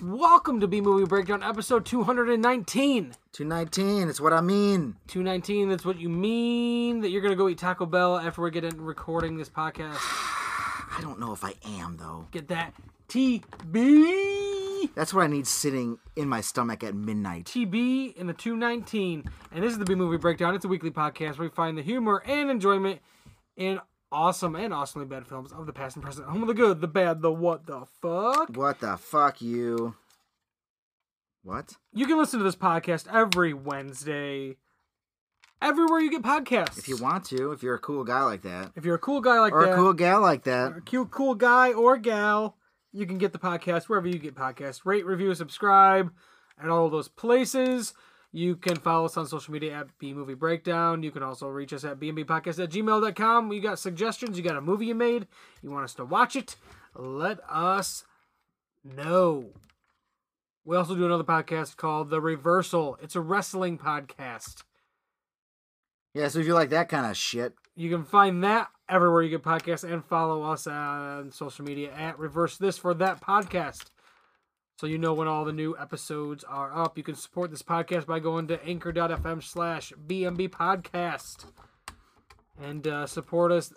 Welcome to B Movie Breakdown, episode 219. 219, it's what I mean. 219, that's what you mean that you're going to go eat Taco Bell after we get in recording this podcast. I don't know if I am, though. Get that TB. That's what I need sitting in my stomach at midnight. TB in the 219. And this is the B Movie Breakdown. It's a weekly podcast where we find the humor and enjoyment in awesome and awesomely bad films of the past and present. Home of the good, the bad, the what the fuck. What the fuck, you? What? You can listen to this podcast every Wednesday, everywhere you get podcasts. If you want to, if you're a cool guy like that, If you're a cool guy like or that, a cool gal like that, or a cute, cool guy or gal, you can get the podcast wherever you get podcasts. Rate, review, subscribe at all those places. You can follow us on social media at B Movie Breakdown. You can also reach us at bmbpodcast at gmail.com. You got suggestions, you got a movie you made, you want us to watch it, let us know. We also do another podcast called The Reversal. It's a wrestling podcast. yeah. So if you like that kind of shit, You can find that everywhere you get podcasts and follow us on social media at Reverse This for That Podcast. So you know when all the new episodes are up. You can support this podcast by going to anchor.fm slash BMB podcast and uh, support us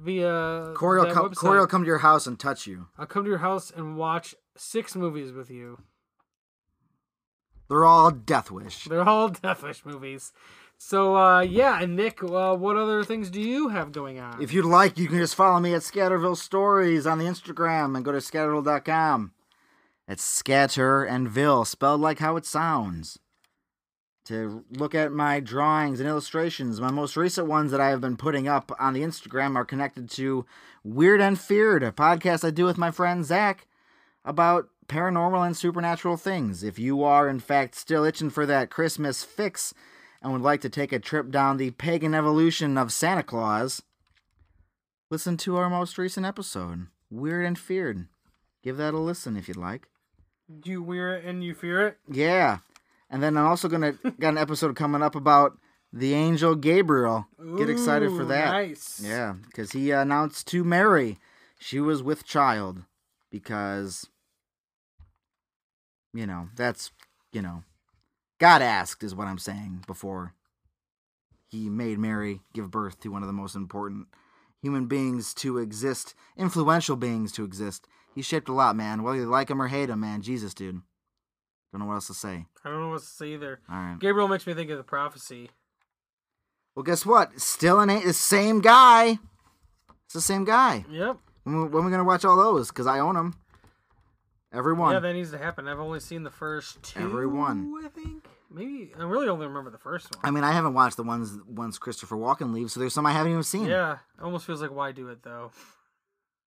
via Corey will that come. website. Corey will come to your house and touch you. I'll come to your house and watch six movies with you. They're all Death Wish. They're all Deathwish movies. So uh, yeah, and Nick, uh, what other things do you have going on? If you'd like, you can just follow me at Scatterville Stories on the Instagram and go to scatterville.com. It's scatter and ville, spelled like how it sounds. To look at my drawings and illustrations, my most recent ones that I have been putting up on the Instagram are connected to Weird and Feared, a podcast I do with my friend Zach about paranormal and supernatural things. If you are, in fact, still itching for that Christmas fix and would like to take a trip down the pagan evolution of Santa Claus, listen to our most recent episode, Weird and Feared. Give that a listen if you'd like. do you wear it and you fear it? Yeah. And then I'm also gonna got an episode coming up about the angel Gabriel. Get excited for Ooh, that. Nice. Yeah, because he announced to Mary she was with child because, you know, that's, you know, God asked is what I'm saying before he made Mary give birth to one of the most important human beings to exist, influential beings to exist. He shaped a lot, man. Whether you like him or hate him, man, Jesus, dude. Don't know what else to say. I don't know what to say either. All right. Gabriel makes me think of the prophecy. Well, guess what? Still an, the same guy. It's the same guy. Yep. When we, when we gonna watch all those? Cause I own them. Every one. Yeah, that needs to happen. I've only seen the first two. Every one. I think. Maybe I really only remember the first one. I mean, I haven't watched the ones once Christopher Walken leaves, so there's some I haven't even seen. yeah, it almost feels like why do it though?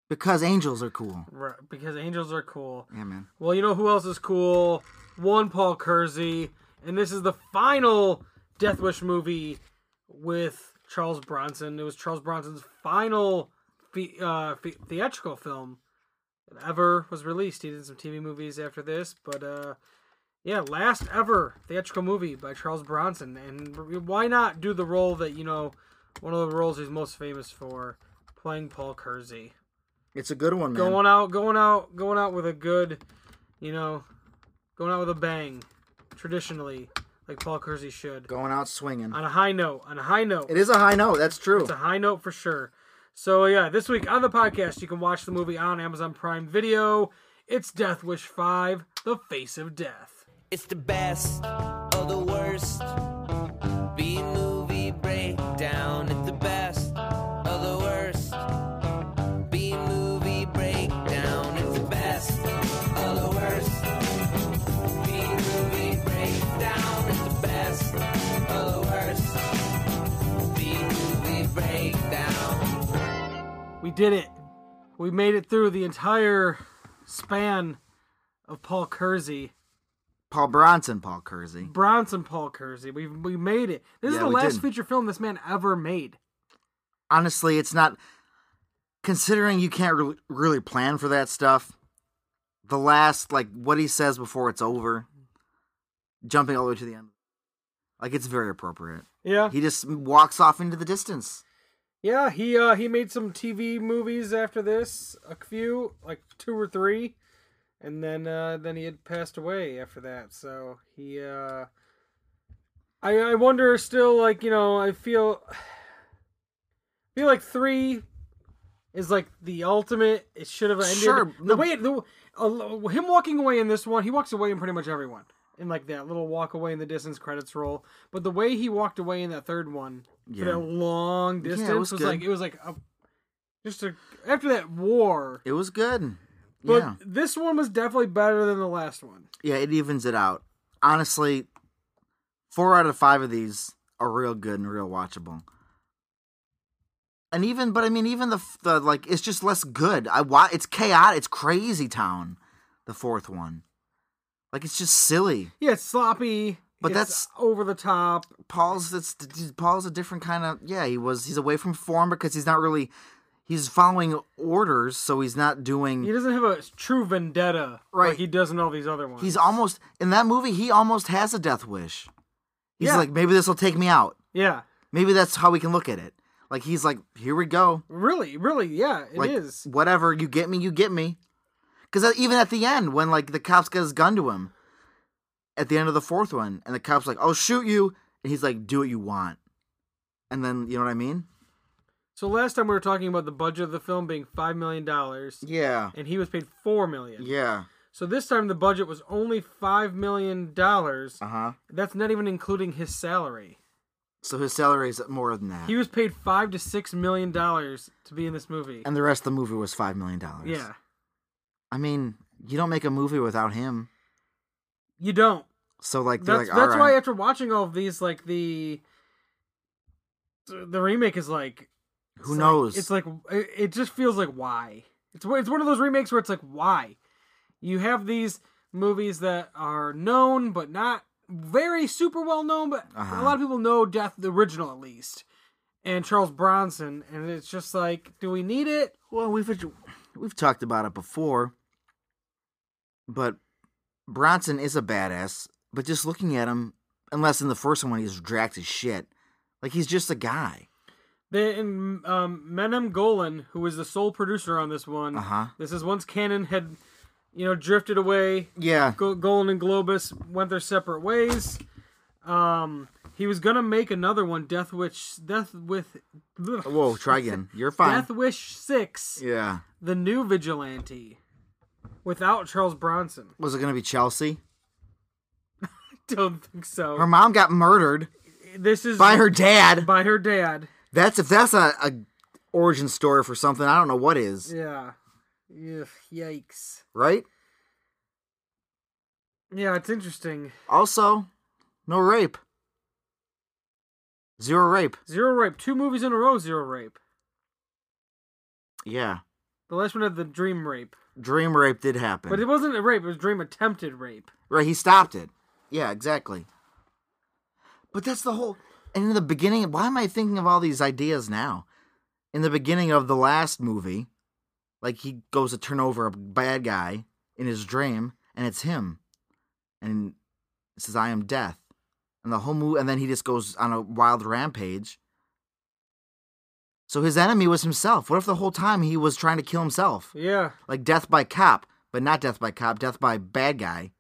Because angels are cool. Right, Because angels are cool. Yeah, man. Well, you know who else is cool? One Paul Kersey, and this is the final Death Wish movie with Charles Bronson. It was Charles Bronson's final fe- uh, fe- theatrical film that ever was released. He did some TV movies after this, but uh, yeah, last ever theatrical movie by Charles Bronson. And why not do the role that you know, one of the roles he's most famous for, playing Paul Kersey It's a good one, man. going out going out going out with a good you know going out with a bang traditionally like paul kersey should Going out swinging. on a high note on a high note It is a high note. That's true. it's a high note for sure so yeah this week on the podcast you can watch the movie on amazon prime video it's death wish 5 the face of death It's the best of the worst. B movie breakdown. It's the best of the worst. B movie breakdown. It's the best of the worst. B movie breakdown. It's the best of the worst. B movie breakdown. we did it we made it through the entire span of paul kersey Paul Bronson, Paul Kersey. bronson paul kersey we, we made it this is Yeah, the we last did. feature film this man ever made Honestly, it's not. Considering you can't re- really plan for that stuff, the last like what he says before it's over, jumping all the way to the end, like it's very appropriate. yeah He just walks off into the distance. Yeah, he uh he made some TV movies after this, a few, like two or three, and then uh, then he had passed away after that. So he, uh, I I wonder still like you know I feel I feel like three is like the ultimate. It should have ended. Sure, the no- way it- the uh, him walking away in this one, he walks away in pretty much everyone. In like that little walk away in the distance credits roll, but the way he walked away in that third one for Yeah. that long Yeah, it distance was was, like good. it was like a, just a, after that war. It was good. But yeah. this one was definitely better than the last one. Yeah, it evens it out. Honestly, four out of five of these are real good and real watchable. And even, but I mean, even the f- the like, it's just less good. I wa It's chaotic. It's crazy town. The fourth one, like, it's just silly. Yeah, it's sloppy. But it's that's- over the top. Paul's that's Paul's a different kind of yeah. He was he's away from form because he's not really he's following orders, so he's not doing. He doesn't have a true vendetta Right. like he does in all these other ones. He's almost in that movie. He almost has a death wish. He's Yeah. like, maybe this will take me out. yeah, Maybe that's how we can look at it. Like he's like, here we go. really, really, yeah, it is. Like whatever you get me, you get me. Because even at the end, when like the cops get his gun to him, at the end of the fourth one, and the cops like, "I'll shoot you," and he's like, "Do what you want," and then you know what I mean? So last time we were talking about the budget of the film being five million dollars, Yeah, and he was paid four million. yeah, So this time the budget was only five million dollars. uh huh. That's not even including his salary. So his salary is more than that, He was paid five to six million dollars to be in this movie. and the rest of the movie was five million dollars. yeah, I mean, you don't make a movie without him. you don't. So like, they're that's like, that's all why right, after watching all of these, like the the remake is like who it's like- knows? it's like it it just feels like why. It's one- it's one of those remakes where it's like why. You have these movies that are known but not very super well known, but Uh-huh. a lot of people know Death the original at least, and Charles Bronson, and it's just like, do we need it? Well, we've we've talked about it before, but Bronson is a badass. But just looking at him, unless in the first one he's dragged as shit, like he's just a guy. They, and um, Menem Golan, who was the sole producer on this one, Uh-huh. this is once Cannon had, you know, drifted away Yeah, Go- Golan and Globus went their separate ways. Um, he was gonna make another one, Death Wish, Death with, Whoa, try again. You're fine. Death Wish Six, yeah. the new vigilante, without Charles Bronson. Was it gonna be Chelsea? Don't think so. Her mom got murdered this is by her dad. by her dad. That's if that's a, a origin story for something. I don't know what is. Yeah. Ugh, yikes. Right. Yeah, it's interesting. Also, no rape. Zero rape. Zero rape. Two movies in a row. Zero rape. Yeah. The last one had the dream rape, Dream rape did happen. but it wasn't a rape. It was dream attempted rape. Right, he stopped it. Yeah, exactly. But that's the whole. And in the beginning, why am I thinking of all these ideas now? In the beginning of the last movie, like he goes to turn over a bad guy in his dream, and it's him, and it says, "I am death," and the whole movie, and then he just goes on a wild rampage. So his enemy was himself. What if the whole time he was trying to kill himself? Yeah. like death by cop, but not death by cop, death by bad guy.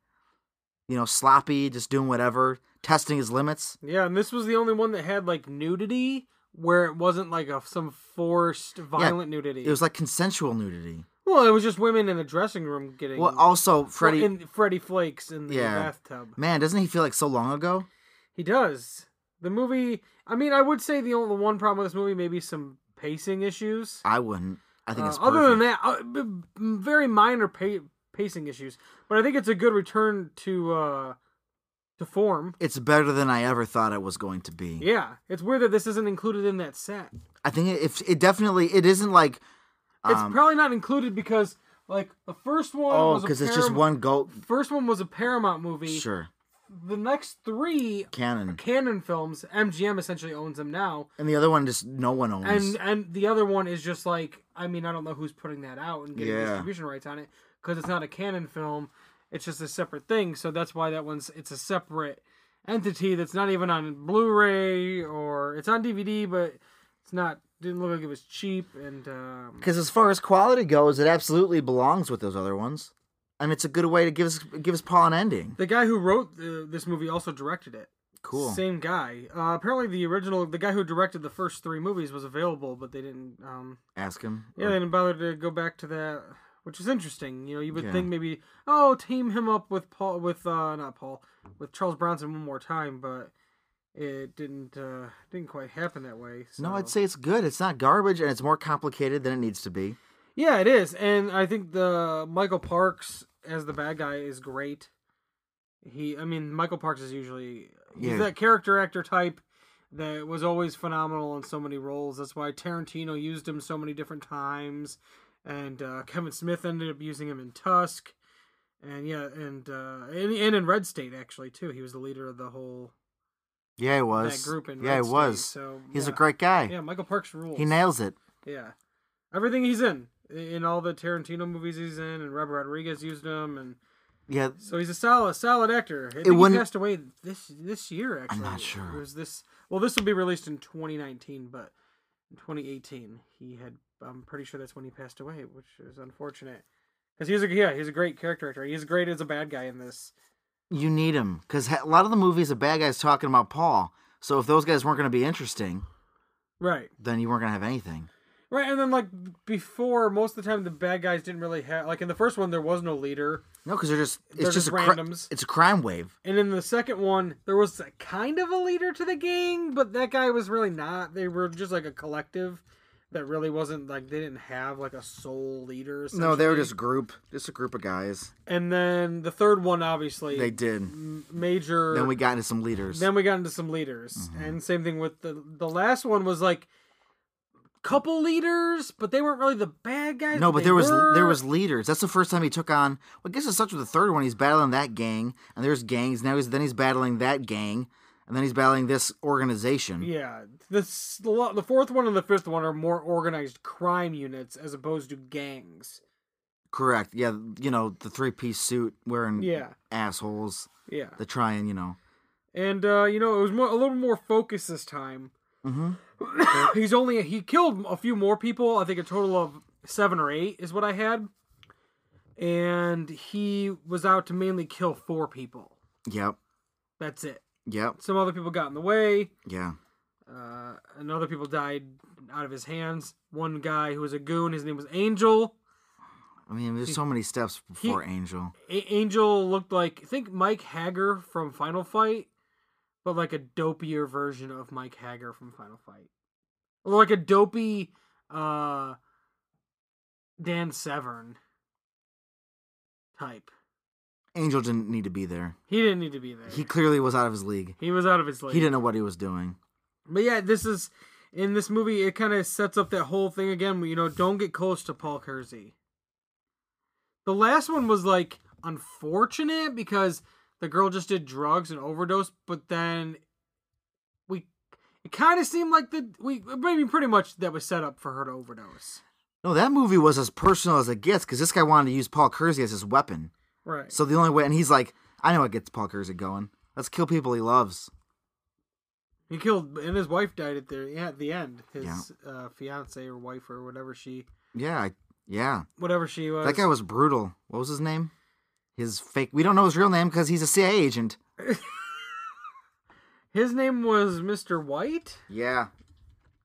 You know, sloppy, just doing whatever, testing his limits. Yeah, and this was the only one that had like nudity, where it wasn't like a some forced violent nudity. It was like consensual nudity. well, it was just women in a dressing room getting Well, also Freddie, in Freddie Flakes in the Yeah. bathtub. man, doesn't he feel like so long ago? He does the movie. I mean, I would say the only the one problem with this movie may be some pacing issues. I wouldn't. I think it's Uh, other than perfect. that, uh, b- b- very minor pa- pacing issues. But I think it's a good return to uh, to form. it's better than I ever thought it was going to be. Yeah, it's weird that this isn't included in that set. I think it, if it definitely it isn't like It's um, probably not included because like the first one oh was a because it's just Param- one goat. First one was a Paramount movie. Sure, The next three canon, Canon films, MGM essentially owns them now, and the other one just no one owns. and and the other one is just like I mean I don't know who's putting that out and getting Yeah. distribution rights on it because it's not a Canon film. It's just a separate thing, so that's why that one's it's a separate entity that's not even on Blu-ray or it's on DVD, but it's not didn't look like it was cheap and um, Because as far as quality goes, it absolutely belongs with those other ones. and it's a good way to give us give us Paul an ending. The guy who wrote uh, this movie also directed it. Cool. Same guy. Uh, apparently, the original, the guy who directed the first three movies was available, but they didn't. Um, Ask him. yeah, they didn't bother to go back to that, which is interesting. You know, you would Yeah. think maybe, oh, team him up with Paul, with uh, not Paul, with Charles Bronson one more time, but it didn't uh, didn't quite happen that way. So. No, I'd say it's good. It's not garbage, and it's more complicated than it needs to be. yeah, it is, and I think the Michael Parks as the bad guy is great. He, I mean, Michael Parks is usually he's Yeah. that character actor type that was always phenomenal in so many roles. That's why Tarantino used him so many different times, and uh, Kevin Smith ended up using him in Tusk, and yeah, and uh, and, and in Red State actually too. He was the leader of the whole Yeah, it was. that group in yeah, Red it State, was. So He's a yeah. great guy. yeah. Michael Parks rules. He nails it. Yeah, everything he's in, i- in all the Tarantino movies he's in, and Robert Rodriguez used him, and Yeah, so he's a solid, solid actor. I think he wouldn't- passed away this this year. Actually, not sure. It was this? Well, this will be released in 2019, but in 2018 he had. I'm pretty sure that's when he passed away, which is unfortunate. Because he's a yeah, he's a great character actor. He's great as a bad guy in this. you need him because a lot of the movies, the bad guys talking about Paul. So if those guys weren't going to be interesting, Right. then you weren't going to have anything. Right, and then like before, most of the time the bad guys didn't really have like in the first one there was no leader, No, because they're just it's They're just, just a cri- randoms. it's a crime wave. and in the second one there was a kind of a leader to the gang, but that guy was really not. They were just like a collective that really wasn't like they didn't have like a sole leader. No, they were essentially. just a group, just a group of guys. And then the third one, obviously, They did. m- major. Then we got Mm-hmm. into some leaders. Then we got into some leaders, and same thing with the the last one was like couple leaders, but they weren't really the bad guys. no, but they there was there were. was leaders. That's the first time he took on. Well, I guess it's such with the third one. He's battling that gang, and there's gangs. Now he's then he's battling that gang, and then he's battling this organization. Yeah, this the lo- the fourth one and the fifth one are more organized crime units as opposed to gangs. Correct. Yeah, you know the three piece suit wearing Yeah. assholes. Yeah, The try and you know. and uh, you know it was more, a little more focused this time. Mm-hmm. He's only he killed a few more people. I think a total of seven or eight is what I had, and he was out to mainly kill four people. Yep. That's it. Yep. Some other people got in the way. Yeah. Uh, and other people died out of his hands. One guy who was a goon, his name was Angel. I mean, there's so many steps before Angel. A- Angel looked like I think Mike Hager from Final Fight, but like a dopier version of Mike Hager from Final Fight, or like a dopey uh, Dan Severn type. Angel didn't need to be there. He didn't need to be there. He He, clearly was out of his league. was out of his league. He didn't know what he was doing. But yeah, this is in this movie. It kind of sets up that whole thing again. where, You know, don't get close to Paul Kersey. The last one was like unfortunate because the girl just did drugs and overdose, but then we it kind of seemed like the we maybe pretty much that was set up for her to overdose. No, that movie was as personal as it gets because this guy wanted to use Paul Kersey as his weapon. Right. So the only way, and he's like, I know what gets Paul Kersey going. Let's kill people he loves. He killed and his wife died at the at the end. His Yeah. uh, fiance or wife or whatever she Yeah, I, yeah. whatever she was. That guy was brutal. What was his name? His fake. We don't know his real name because he's a CIA agent. his name was Mr. White. Yeah,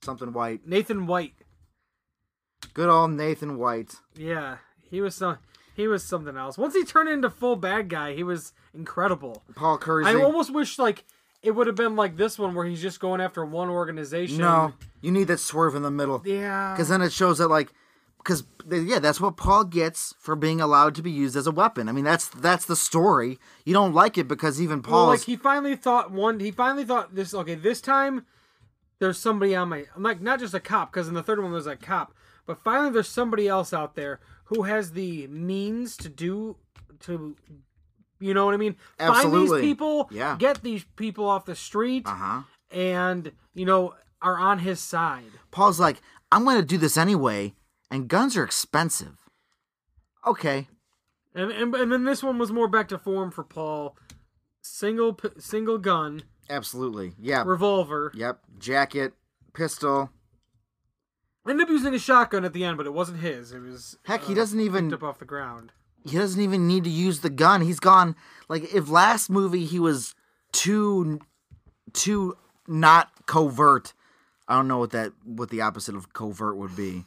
something White. Nathan White. Good old Nathan White. Yeah, he was some. He was something else. Once he turned into full bad guy, he was incredible. Paul Kersey. I almost wish like it would have been like this one where he's just going after one organization. no, you need that swerve in the middle. Yeah. Because then it shows that like, because yeah, that's what Paul gets for being allowed to be used as a weapon. I mean, that's that's the story. You don't like it because even Well, Paul. like he finally thought one. He finally thought this. Okay, this time there's somebody on my. I'm like not just a cop because in the third one there's a cop, but finally there's somebody else out there who has the means to do to. You know what I mean? Find Absolutely. these people. Yeah. Get these people off the street. uh huh. and you know are on his side. Paul's like, I'm going to do this anyway, and guns are expensive. Okay. And, and and then this one was more back to form for Paul. Single p- single gun Absolutely. Yeah. revolver. Yep. Jacket, pistol. Ended up using a shotgun at the end, but it wasn't his. It was Heck, he uh, doesn't even- picked up off the ground. he doesn't even need to use the gun. He's gone. Like if last movie he was too too not covert. I don't know what that what the opposite of covert would be.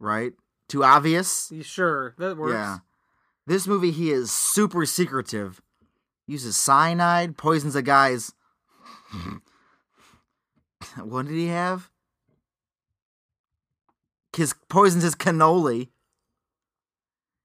Right? Too obvious? You Sure, that works. Yeah. This movie he is super secretive. Uses cyanide, poisons a guy's What did he have? His poisons his cannoli.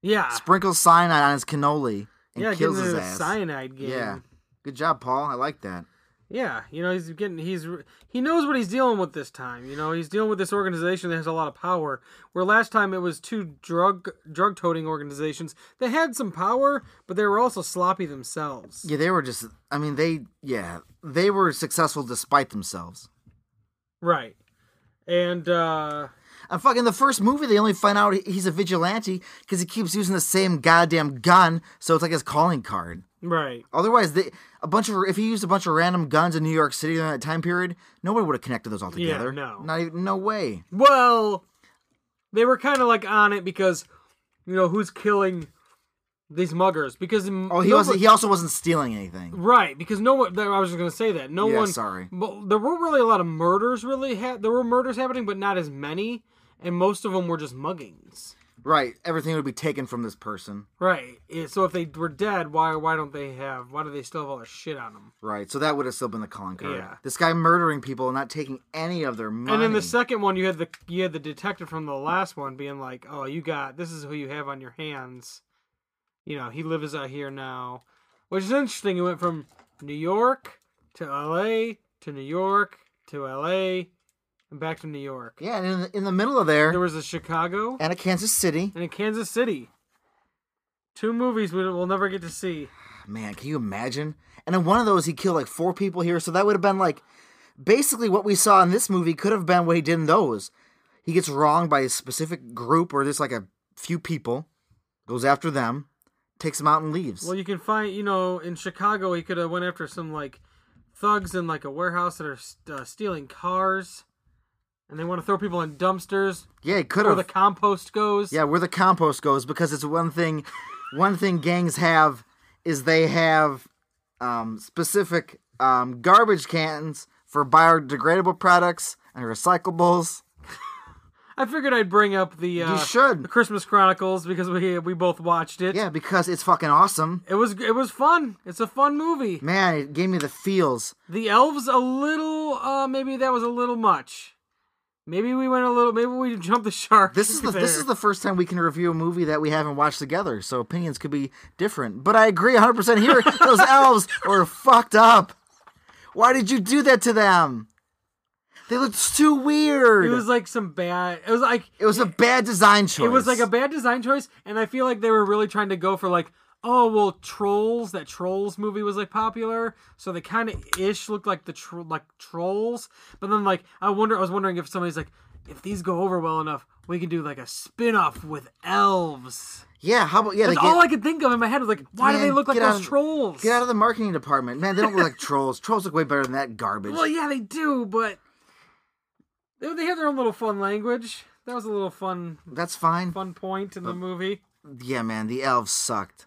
Yeah. sprinkles cyanide on his cannoli and Ah. yeah, getting kills into his the ass. cyanide game. Yeah, good job, Paul. I like that. Yeah, you know he's getting he's he knows what he's dealing with this time. You know he's dealing with this organization that has a lot of power. Where last time it was two drug drug toting organizations that had some power, but they were also sloppy themselves. Yeah, they were just. I mean, they. Yeah, they were successful despite themselves. Right. And uh And fucking the first movie, they only find out he's a vigilante because he keeps using the same goddamn gun, so it's like his calling card. right. Otherwise, they a bunch of if he used a bunch of random guns in New York City during that time period, nobody would have connected those all Yeah, together. no. not even no way. Well, they were kind of like on it because you know who's killing these muggers because Oh, he wasn't. He also wasn't stealing anything. Right, because no one. I was just gonna say that no Yeah, one. sorry. But there were really a lot of murders. Really, ha- there were murders happening, but not as many, and most of them were just muggings. Right, everything would be taken from this person. Right. eh, So if they were dead, why why don't they have? Why do they still have all their shit on them? Right, so that would have still been the calling card. Yeah. This guy murdering people and not taking any of their money. And then the second one, you had the you had the detective from the last one being like, "Oh, you got this is who you have on your hands." You know, he lives out here now, which is interesting. He went from New York to L.A. to New York to L.A. and back to New York. yeah, and in the, in the middle of there, There was a Chicago and a Kansas City. and a Kansas City. Two movies we will never get to see. Man, can you imagine? And in one of those, he killed like four people here, so that would have been like basically what we saw in this movie could have been what he did in those. He gets wronged by a specific group or just like a few people, goes after them, takes them out and leaves. Well, you can find, you know, in Chicago, he could have went after some like thugs in like a warehouse that are st- uh, stealing cars, and they want to throw people in dumpsters yeah, he could where have. the compost goes. Yeah, where the compost goes because it's one thing one thing gangs have is they have um, specific um, garbage cans for biodegradable products and recyclables. I figured I'd bring up the uh, you should. the Christmas Chronicles because we we both watched it. Yeah, because it's fucking awesome. It was it was fun. It's a fun movie. Man, it gave me the feels. The elves a little uh maybe that was a little much. Maybe we went a little maybe we jumped the shark. This is the this there. is the first time we can review a movie that we haven't watched together, so opinions could be different. But I agree 100% here. Those elves were fucked up. Why did you do that to them? They looked too weird. it was like some bad it was like It was a bad design choice. it was like a bad design choice and I feel like they were really trying to go for like oh well trolls that trolls movie was like popular so they kind of ish looked like the tro- like trolls but then like I wonder I was wondering if somebody's like if these go over well enough we can do like a spin-off with elves. yeah. How about yeah? That's they get, all I could think of in my head was like why do they Man, look like get out those of- trolls? get out of the marketing department, man. They don't look like trolls. Trolls look way better than that garbage. Well, yeah, they do, but they, they have their own little fun language. That was a little fun That's fine. fun point in the movie. Yeah, man. The elves sucked.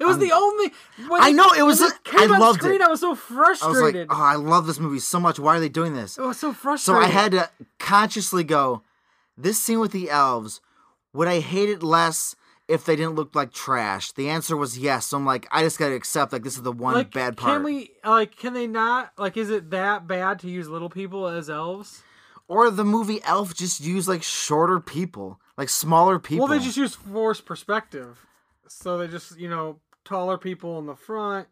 It was the only. When I it- know, it was when a- I on loved screen, it. I was so I was like, frustrated. oh, I love this movie so much. Why are they doing this? it was so So frustrating. I had to consciously go. This scene with the elves. Would I hate it less if they didn't look like trash? The answer was yes. So I'm like, I just gotta accept like this is the one like bad part. Can we like? Can they not? Like, is it that bad to use little people as elves? Or the movie Elf just used like shorter people, like smaller people. Well, they just use forced perspective, so they just you know taller people in the front.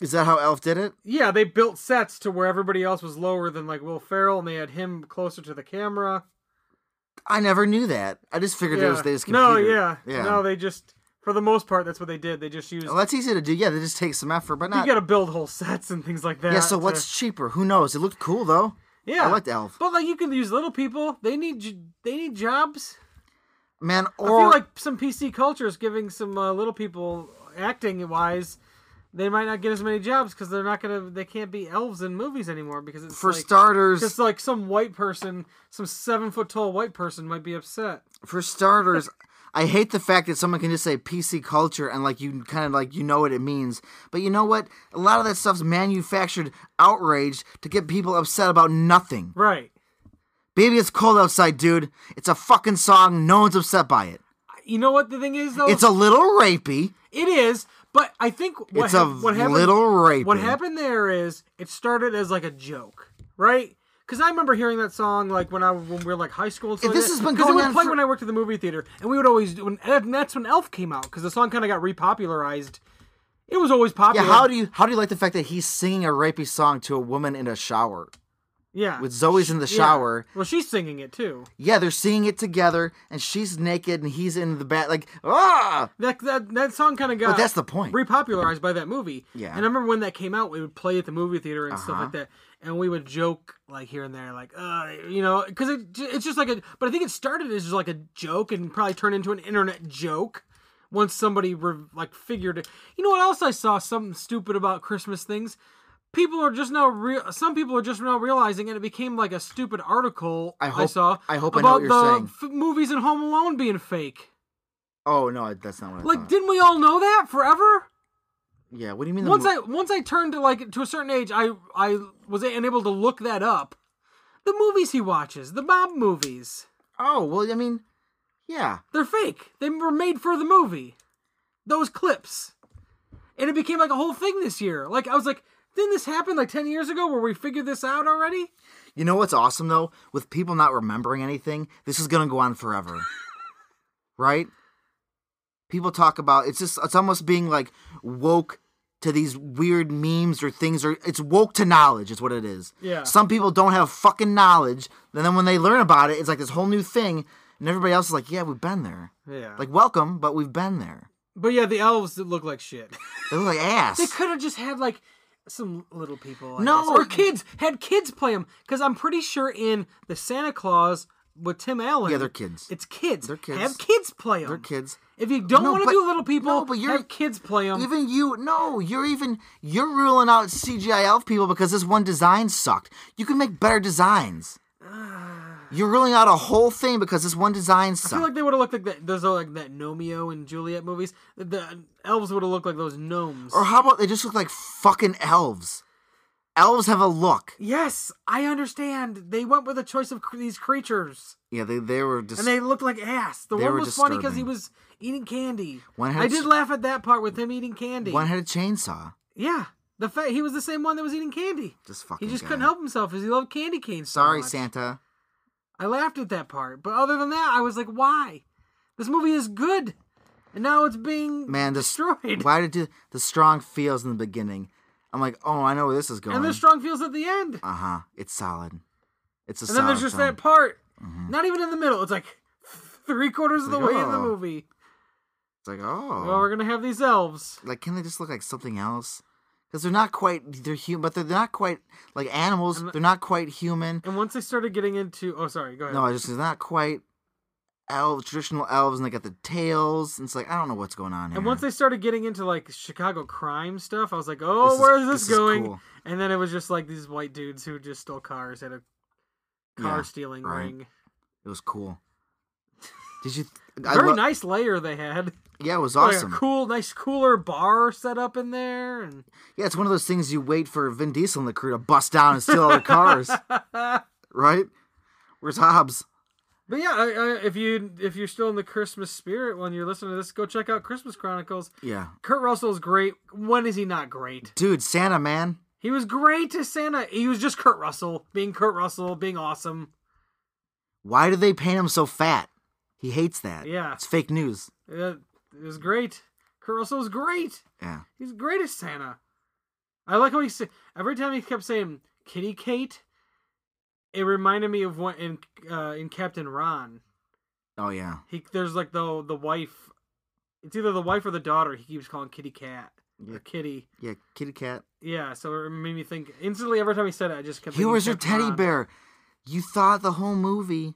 Is that how Elf did it? Yeah, they built sets to where everybody else was lower than like Will Ferrell, and they had him closer to the camera. I never knew that. I just figured it was they just no, computer. yeah. yeah. No, they just for the most part that's what they did. They just used well, that's easy to do. Yeah, they just take some effort, but you not. got to build whole sets and things like that. yeah, so to- what's cheaper? Who knows? It looked cool though. Yeah, I liked Elf. But like you can use little people. They need j- they need jobs. Man, I feel or like some PC culture is giving some uh, little people acting wise. They might not get as many jobs because they're not gonna. They can't be elves in movies anymore because it's for like, starters, Because like some white person, some seven foot tall white person might be upset. for starters, I hate the fact that someone can just say PC culture and like you kind of like you know what it means. But you know what? A lot of that stuff's manufactured outrage to get people upset about nothing. Right. Baby, it's cold outside, dude. It's a fucking song. No one's upset by it. You know what the thing is though? It's a little rapey. It is, but I think what it's hap- a what happened, little rapey. What happened there is it started as like a joke, right? Because I remember hearing that song like when I when we were like high school. And stuff This like has that. been 'Cause going it would on play for- when I worked at the movie theater, and we would always do. And and that's when Elf came out because the song kind of got repopularized. It was always Yeah, popular. how do you how do you like the fact that he's singing a rapey song to a woman in a shower? yeah With Zoe's in the Yeah. shower. Well, she's singing it too. Yeah, they're singing it together, and she's naked, and he's in the back, like ah. That that that song kind of got. But that's the point. repopularized by that movie. Yeah. Uh-huh. And I remember when that came out, we would play at the movie theater and stuff like that, and we would joke like here and there, like uh, you know, because it j- it's just like a. But I think it started as just like a joke and probably turned into an internet joke. Once somebody re- like figured it, you know what else I saw? Something stupid about Christmas things. People are just now real. Some people are just now realizing, and it became like a stupid article I hope- saw. I hope I know about what you're the saying. f- movies in Home Alone being fake. Oh no, that's not what I Like, thought. didn't we all know that forever? yeah, what do you mean? The once mo- I once I turned to like to a certain age, I I was unable to look that up. The movies he watches, the mob movies, oh well, I mean, yeah, they're fake. They were made for the movie. Those clips, and it became like a whole thing this year. Like I was like, didn't this happen like ten years ago where we figured this out already? you know what's awesome though? With people not remembering anything, this is gonna go on forever, right? People talk about it's just it's almost being like woke to these weird memes or things, or it's woke to knowledge is what it is. Yeah. Some people don't have fucking knowledge, and then when they learn about it, it's like this whole new thing, and everybody else is like, yeah, we've been there. Yeah. Like, Like, welcome, but we've been there. but yeah, the elves that look like shit. They look like ass. They could have just had like some little people. I No. guess. or kids had kids play them because I'm pretty sure in the Santa Claus with Tim Allen. Yeah, they're kids. It's kids. They're kids. Have kids play them. They're kids. If you don't No, want to but- do little people, no, but you're- have kids play them. Even you, no, you're even you're ruling out CGI elf people because this one design sucked. You can make better designs. You're ruling out a whole thing because this one design I feel sucked. like they would have looked like that. Those are like that Nomeo and Juliet movies. The, the elves would have looked like those gnomes. or how about they just look like fucking elves? Elves have a look. yes, I understand. They went with a choice of cr- these creatures, Yeah, they they were just. and they looked like ass. The They one were was funny because he was disturbing. eating candy. One had I a did ch- laugh at that part with him eating candy. one had a chainsaw. Yeah, the fact he was the same one that was eating candy. Just fucking. He just guy. couldn't help himself because he loved candy canes. so Sorry, much. Santa. I laughed at that part, but other than that, I was like, "Why? This movie is good, and now it's being Man, the, destroyed." Why did you, the strong feels in the beginning? I'm like, oh, I know where this is going. and there's strong feels at the end, Uh huh. It's solid. It's a and solid. then there's just film. that part, Mm-hmm. not even in the middle. It's like three quarters of the Like, way in the oh. movie. It's like, oh, Well, we're gonna have these elves. like can they just look like something else? Because they're not quite they're human, but they're not quite like animals. They're not quite human. And once they started getting into, oh, sorry, go ahead. No, I just they're not quite elves, traditional elves, and they got the tails. And it's like I don't know what's going on here. And once they started getting into like Chicago crime stuff, I was like, "Oh, This is- where is this, this is going?" cool. And then it was just like these white dudes who just stole cars had a car Yeah, stealing right. ring. it was cool. Did you? I Very lo- nice layer they had. Yeah, it was Like a awesome. cool, nice cooler bar set up in there, and Yeah, it's one of those things you wait for Vin Diesel and the crew to bust down and steal all the cars, right? Where's Hobbs? but yeah, I, I, if you if you're still in the Christmas spirit when you're listening to this, go check out Christmas Chronicles. Yeah, Kurt Russell's great. When is he not great? dude, Santa man. He was great as Santa. He was just Kurt Russell being Kurt Russell, being awesome. Why do they paint him so fat? He hates that. Yeah. It's fake news. Uh, it was great. Kurt Russell was great. Yeah. He's great as Santa. I like how he said every time he kept saying "Kitty Kate," it reminded me of what in uh, in Captain Ron. Oh yeah. He there's like the the wife. It's either the wife or the daughter. He keeps calling Kitty Cat Yeah. or Kitty. Yeah, kitty cat. Yeah, so it made me think instantly every time he said it. I just kept. He thinking was your Captain teddy Ron. bear. You thought the whole movie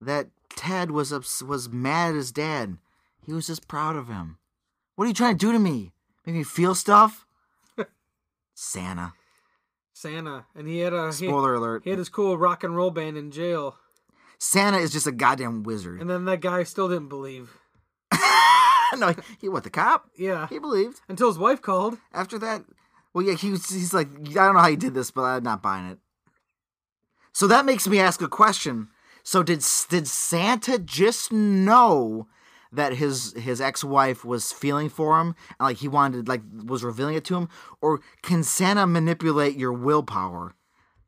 that Ted was ups- was mad at his dad. He was just proud of him. What are you trying to do to me? Make me feel stuff? Santa. Santa, and he had a he, Spoiler alert. he had his cool rock and roll band in jail. Santa is just a goddamn wizard. And then that guy still didn't believe. no, he, he what the cop? Yeah. He believed. Until his wife called. After that, well, yeah, he was, he's like, I don't know how you did this, but I'm not buying it. So that makes me ask a question. So did did Santa just know that his his ex wife was feeling for him and like he wanted like was revealing it to him, or can Santa manipulate your willpower?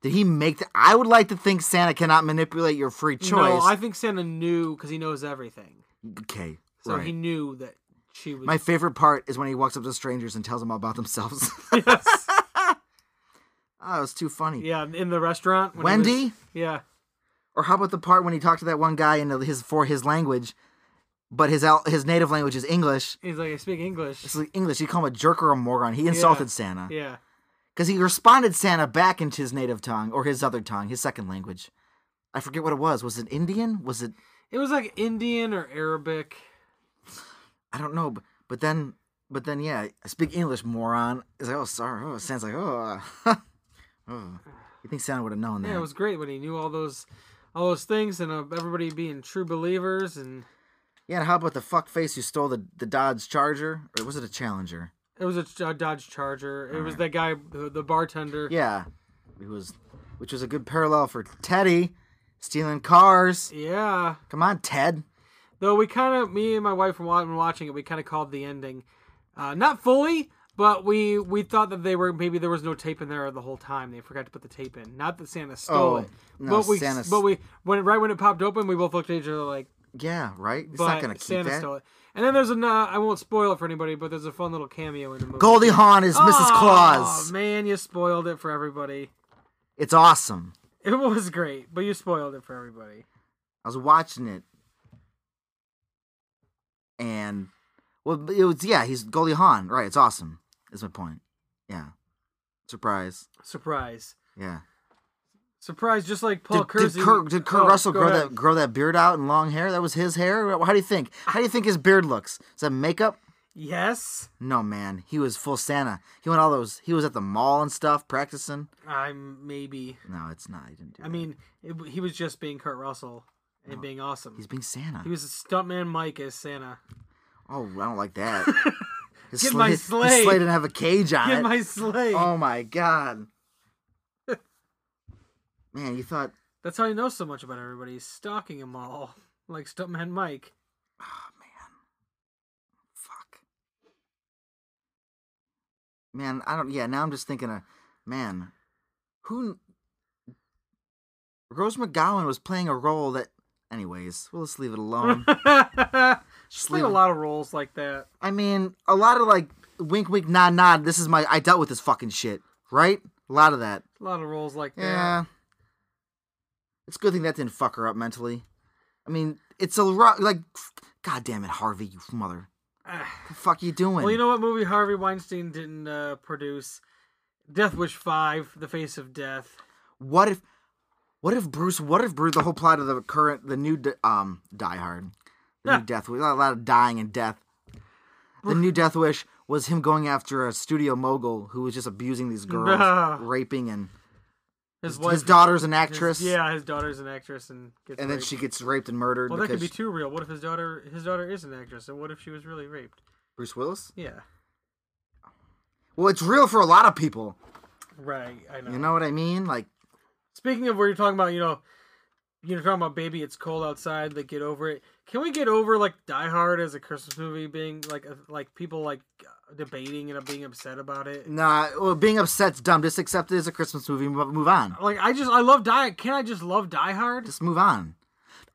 Did he make that? I would like to think Santa cannot manipulate your free choice. No, I think Santa knew because he knows everything. okay, So right. he knew that she was. My favorite part is when he walks up to strangers and tells them all about themselves. yes. oh, it was too funny. Yeah, in the restaurant. when he was- Wendy. yeah. Or how about the part when he talked to that one guy in his for his language, but his al- his native language is English. He's like, I speak English. It's like English. He called him a jerk or a moron. He insulted Santa Yeah. because he responded Santa back into his native tongue or his other tongue, his second language. I forget what it was. Was it Indian? Was it It was like Indian or Arabic. I don't know. But, but then but then yeah, I speak English, moron. It's like oh sorry. Oh, Santa's like oh. oh. You think Santa would have known that? Yeah, it was great when he knew all those, all those things, and uh, everybody being true believers. And Yeah, and how about the fuckface who stole the, the Dodge Charger? Or was it a Challenger? it was a Ch- uh, Dodge Charger. It was that guy, uh, the bartender. Mm. Yeah. It was which was a good parallel for Teddy stealing cars. Yeah. Come on, Ted. Though we kind of, me and my wife were wa- watching it. We kind of called the ending, uh, not fully, but we we thought that they were maybe there was no tape in there the whole time. They forgot to put the tape in. Not that Santa stole Oh, it, no, but we Santa- but we when right when it popped open, we both looked at each other like, Yeah, right? He's but not gonna keep Santa that. stole it. And then there's an uh, I won't spoil it for anybody, but there's a fun little cameo in the movie. Goldie Hawn is Mrs. Oh, Claus. man, you spoiled it for everybody. It's awesome. It was great, but you spoiled it for everybody. I was watching it. And well but it was yeah, he's Goldie Hawn. Right, it's awesome. Is my point. Yeah. Surprise. Surprise. Yeah. Surprise, just like Paul Did, did Kersey. Kurt, did Kurt Oh, Russell go grow ahead. that grow that beard out and long hair? That was his hair. How do you think? How do you think his beard looks? Is that makeup? Yes. No, man. He was full Santa. He went all those. He was at the mall and stuff practicing. I'm maybe. No, it's not. He didn't do. I that. mean, it, he was just being Kurt Russell and being awesome. Oh. he's being Santa. he was a stuntman Mike as Santa. oh, I don't like that. His Get my his- His sleigh. sleigh didn't have a cage on Get it. my sleigh. oh my god. man, you thought That's how he knows so much about everybody. He's stalking them all, like stuntman Mike. fuck. Man, I don't. Yeah, now I'm just thinking of, man, who? Rose McGowan was playing a role that, anyways, we'll just leave it alone. She's played a leave- lot of roles like that. I mean, a lot of like wink, wink, nod, nod. This is my. I dealt with this fucking shit, right? A lot of that. A lot of roles like Yeah. that. It's a good thing that didn't fuck her up mentally. I mean, it's a ro- like, god damn it, Harvey, you mother. Ah. The fuck you doing? Well, you know what movie Harvey Weinstein didn't uh, produce? Death Wish Five: The Face of Death. what if what if Bruce what if Bruce the whole plot of the current the new di- um Die Hard the Yeah. new Death Wish a lot of dying and death the new Death Wish was him going after a studio mogul who was just abusing these girls Nah. raping and His, his daughter's an his- actress yeah, his daughter's an actress and gets and then raped. she gets raped and murdered Well, that because could be too real. What if his daughter his daughter is an actress, and what if she was really raped? Bruce Willis Yeah, well it's real for a lot of people right. I know. you know what I mean like Speaking of where you're talking about, you know, you're talking about baby, it's cold outside. Like, get over it. Can we get over like Die Hard as a Christmas movie being like uh, like people like debating and being upset about it? nah well being upset's dumb just accept it as a Christmas movie and move on Like, I just I love Die. Can I just love Die Hard? just move on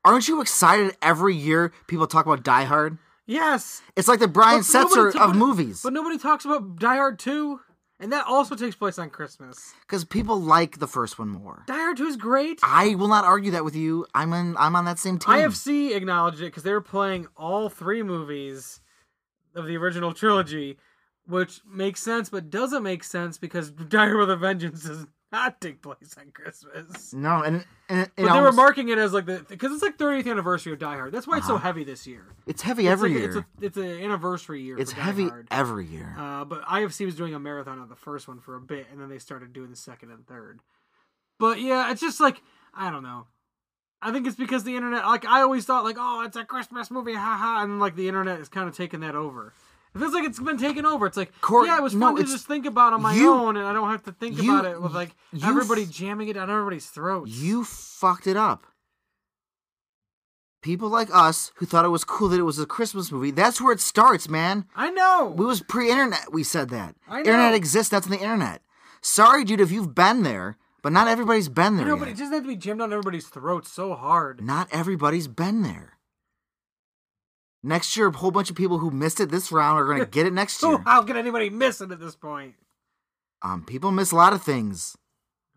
aren't you excited every year people talk about Die Hard Yes. It's like the Brian But nobody Setzer t- of but- movies But nobody talks about Die Hard 2, and that also takes place on Christmas. because people like the first one more. Die Hard 2 is great. I will not argue that with you. I'm on. I'm on that same team. IFC acknowledged it because they were playing all three movies of the original trilogy, which makes sense but doesn't make sense because Die Hard with a Vengeance does not take place on Christmas. no, and, and, and But they were almost- marking it as like the because it's like 30th anniversary of Die Hard. That's why it's so heavy this year. it's heavy Uh-huh. every it's like, year. It's, a, it's an anniversary year. It's for Die heavy Hard. every year. Uh, but IFC was doing a marathon on the first one for a bit, and then they started doing the second and third. But yeah, it's just like I don't know. I think it's because the internet. Like I always thought, like oh, it's a Christmas movie, haha, and like the internet is kind of taking that over. It feels like it's been taken over. It's like Cor- yeah, it was no, fun to it's- just think about on my you- own, and I don't have to think you- about it with like you f- everybody jamming it down everybody's throats. You fucked it up. People like us who thought it was cool that it was a Christmas movie. That's where it starts, man. I know. We was pre-internet. We said that I internet know. exists. That's on the internet. Sorry, dude, if you've been there, but not everybody's been I there. know, but yet. it doesn't have to be jammed down everybody's throats so hard. Not everybody's been there. Next year, a whole bunch of people who missed it this round are going to get it next So year. how can anybody miss it at this point? Um, people miss a lot of things,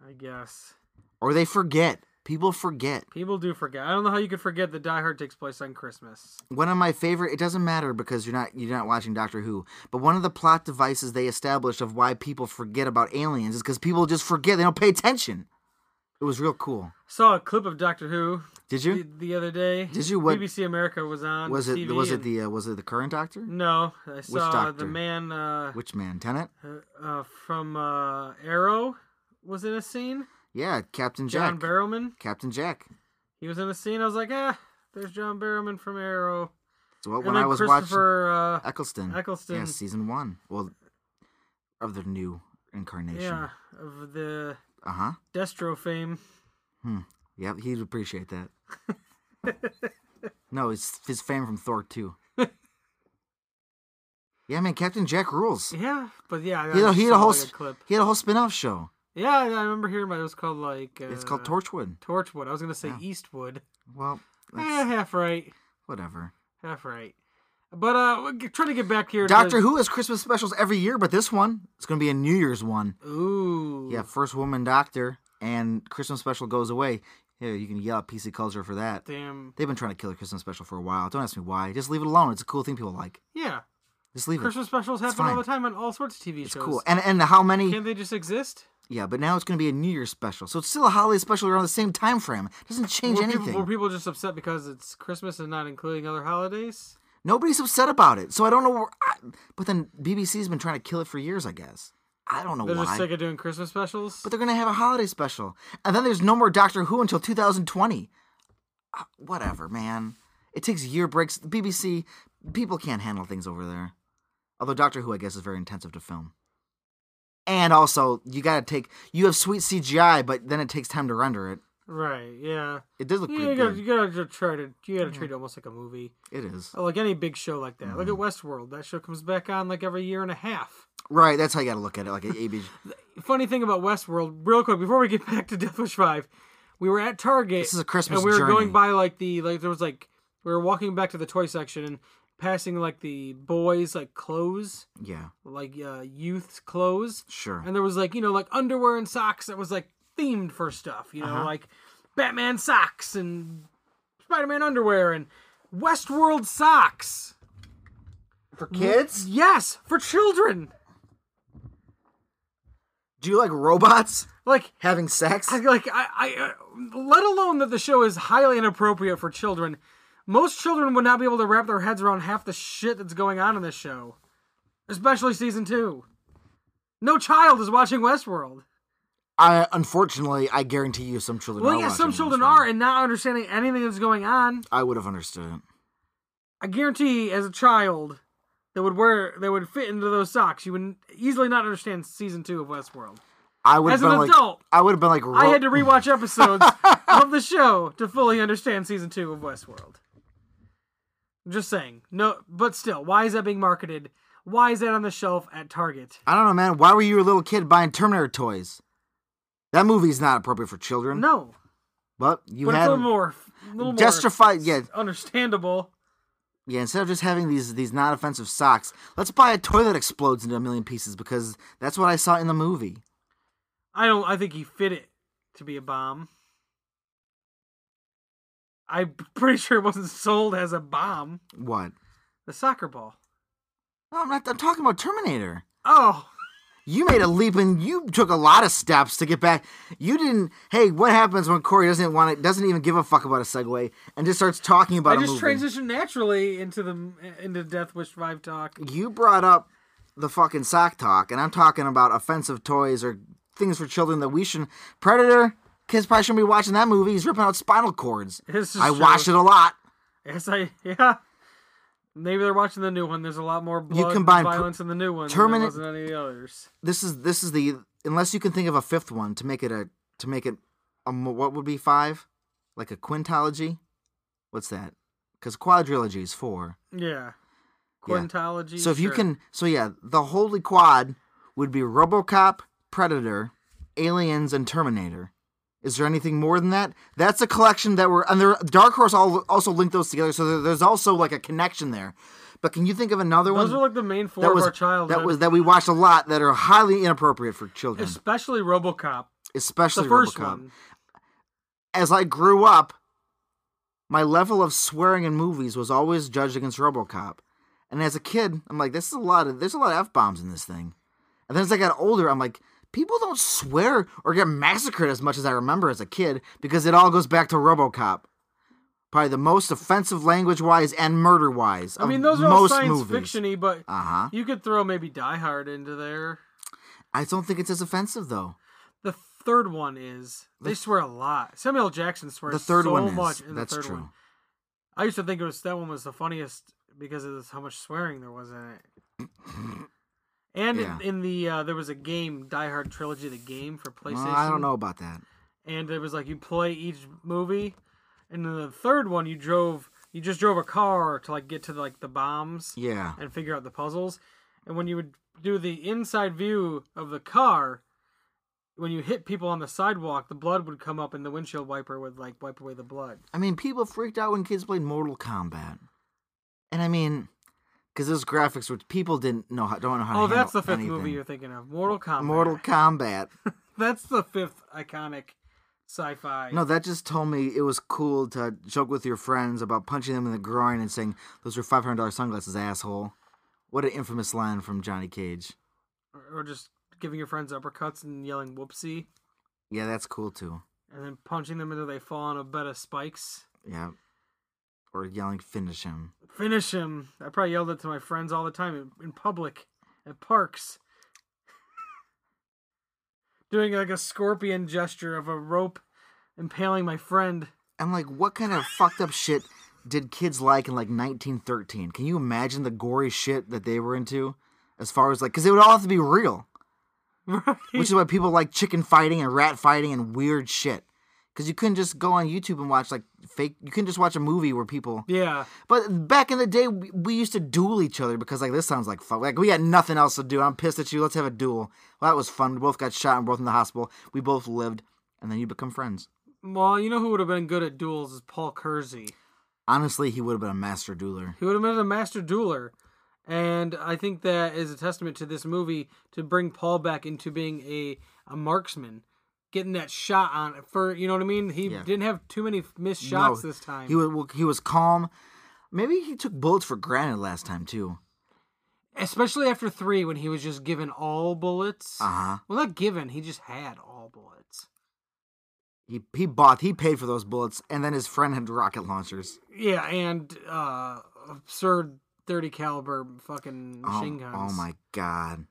I guess or they forget. People forget. people do forget. I don't know how you could forget that Die Hard takes place on Christmas. One of my favorite. It doesn't matter because you're not you're not watching Doctor Who. But one of the plot devices they established of why people forget about aliens is because people just forget. They don't pay attention. It was real cool. Saw a clip of Doctor Who Did the, you? the other day. Did you what- BBC America was on. Was it TV was it and- the uh, was it the current Doctor? No, I saw doctor? the man uh, Which man? Tennant? uh, from uh, Arrow was in a scene. Yeah, Captain Jack. John Barrowman. Captain Jack. He was in a scene. I was like, ah, there's John Barrowman from Arrow. So what, And when then I was watching Christopher, uh, Eccleston. Eccleston. Yeah, season one. Well, of the new incarnation. yeah, of the Uh huh. Destro fame. Yeah, he'd appreciate that. no, it's his fame from Thor too. yeah, man, Captain Jack rules. Yeah, but yeah, He had, a- he had saw, a whole like, s- clip. he had a whole spin-off show. Yeah, I I remember hearing about it. It was called like uh, It's called Torchwood. Torchwood. I was gonna say Eastwood. Well, Eh, that's, half right, whatever. half right. But uh, we're g- trying to get back here. Doctor to Who has Christmas specials every year, but this one it's gonna be a New Year's one. Who. Ooh. Yeah, first woman doctor and Christmas special goes away. Yeah, you can yell at PC culture for that. Damn. They've been trying to kill a Christmas special for a while. Don't ask me why. Just leave it alone. It's a cool thing people like. Yeah. Just leave Christmas specials happen fine. all the time on all sorts of TV it. It's shows. cool. And and how many? Can't they just exist? Yeah, but now it's going to be a New Year's special, so it's still a holiday special around the same time frame. It doesn't change Were anything. people, were people just upset because it's Christmas and not including other holidays? Nobody's upset about it, so I don't know. Where I, but then BBC's been trying to kill it for years, I guess. I don't know They're Oh, why. just sick of doing Christmas specials. but they're going to have a holiday special, and then there's no more Doctor Who until 2020. Uh, whatever, man. It takes year breaks. The BBC people can't handle things over there. Although Doctor Who, I guess, is very intensive to film. And also, you gotta take. You have sweet CGI, but then it takes time to render it. right? Yeah. It does look Yeah, pretty you gotta, good. you gotta ju- try to you gotta treat it almost like a movie. It is. Oh, like any big show like that. Look at Mm-hmm. Westworld. That show comes back on like every year and a half. Right, that's how you got to look at it, like an ABG. Funny thing about Westworld, real quick, before we get back to Death Wish Five, we were at Target. This is a Christmas and we were journey. going by like the like there was like we were walking back to the toy section and passing like the boys like clothes yeah, like uh, youth's clothes. sure. and there was like you know like underwear and socks that was like themed for stuff you know Uh-huh. like batman socks and spider-man underwear and westworld socks For kids, yes for children do you like robots like having sex? I, like i, I uh, let alone that the show is highly inappropriate for children most children would not be able to wrap their heads around half the shit that's going on in this show especially season two no child is watching westworld I unfortunately, I guarantee you, some children. well are yeah some watching children this are one. and not understanding anything that's going on I would have understood. it. I guarantee, as a child, that would wear that would fit into those socks, you would easily not understand season two of Westworld. I would have As an been like. adult, I would have been like. I ro- had to rewatch episodes of the show to fully understand season two of Westworld. I'm just saying, no, but still, why is that being marketed? Why is that on the shelf at Target? I don't know, man. Why were you a little kid buying Terminator toys? That movie's not appropriate for children. No, but you but it's had a little more, a little justify. Yeah, more understandable. yeah. Instead of just having these these non offensive socks, let's buy a toy that explodes into a million pieces because that's what I saw in the movie. I don't. I think he fit it to be a bomb. I'm pretty sure it wasn't sold as a bomb. What? The soccer ball. No, I'm not. I'm talking about Terminator. Oh, You made a leap and you took a lot of steps to get back. You didn't. Hey, what happens when Corey doesn't want it? Doesn't even give a fuck about a segue and just starts talking about I a just movie. transitioned naturally into the into Death Wish Five talk. you brought up the fucking sock talk, and I'm talking about offensive toys or things for children that we should. Predator, Kids probably shouldn't be watching that movie. He's ripping out spinal cords. This is I true. watched it a lot. Yes, I yeah. Maybe they're watching the new one. There's a lot more blood and combine pr- violence in the new one. Termina- Terminate wasn't any of the others. This is this is the unless you can think of a fifth one to make it a to make it a mo- what would be five, like a quintology. What's that? Because quadrilogy is four. Yeah. Yeah. Quintology. So if you sure. can, so yeah, the holy quad would be RoboCop, Predator, Aliens, and Terminator. Is there anything more than that? That's a collection that were, and there, Dark Horse al- also linked those together, so there, there's also like a connection there. But can you think of another those one were like the main four that of was our childhood. that was that we watched a lot that are highly inappropriate for children, especially RoboCop. especially The first RoboCop. one. As I grew up, my level of swearing in movies was always judged against RoboCop. And as a kid, I'm like, this is a lot of there's a lot of f bombs in this thing. And then as I got older, I'm like, people don't swear or get massacred as much as I remember as a kid because it all goes back to RoboCop. Probably the most offensive language wise and murder wise. I mean, those are all most science movies. fictiony, but Uh huh. you could throw maybe Die Hard into there. I don't think it's as offensive though. The third one is they swear a lot. Samuel L. Jackson swears The third so one is. much in that's the third true. one. I used to think it was that one was the funniest because of how much swearing there was in it. And Yeah. in, in the uh, there was a game, Die Hard trilogy, the game for Well, PlayStation. I don't know about that. And it was like you play each movie, and then the third one you drove, you just drove a car to like get to like the bombs Yeah. and figure out the puzzles. And when you would do the inside view of the car, when you hit people on the sidewalk, the blood would come up, and the windshield wiper would like wipe away the blood. I mean, people freaked out when kids played Mortal Kombat, and I mean, because those graphics were people didn't know how don't know how. Oh, to that's the handle fifth anything. movie you're thinking of, Mortal Kombat. Mortal Kombat. That's the fifth iconic sci-fi. No, that just told me it was cool to joke with your friends about punching them in the groin and saying, "Those are five hundred dollars sunglasses, asshole." What an infamous line from Johnny Cage. Or- or just giving your friends uppercuts and yelling "whoopsie," Yeah, that's cool too. and then punching them until they fall on a bed of spikes. Yeah, or yelling, "Finish him." Finish him! I probably yelled it to my friends all the time in, in public, at parks, doing like a scorpion gesture of a rope impaling my friend. I'm like, what kind of fucked up shit did kids like in like 1913? Can you imagine the gory shit that they were into? As far as like, because they would all have to be real, Right? which is why people like chicken fighting and rat fighting and weird shit. Because you couldn't just go on YouTube and watch like fake. You couldn't just watch a movie where people. yeah, But back in the day, we, we used to duel each other because like this sounds like fun. Like we had nothing else to do. I'm pissed at you. Let's have a duel. Well, that was fun. We both got shot and both in the hospital. We both lived, and then you become friends. well, you know who would have been good at duels is Paul Kersey. Honestly, he would have been a master dueler. He would have been a master dueler. And I think that is a testament to this movie to bring Paul back into being a, a marksman, getting that shot on it for you know what I mean. He Yeah. didn't have too many missed shots No, this time. He was well, he was calm. Maybe he took bullets for granted last time too. especially after three when he was just given all bullets. Uh huh. Well, not given, he just had all bullets. He he bought he paid for those bullets, and then his friend had rocket launchers. Yeah, and uh, absurd thirty caliber fucking Oh, machine guns. oh my god.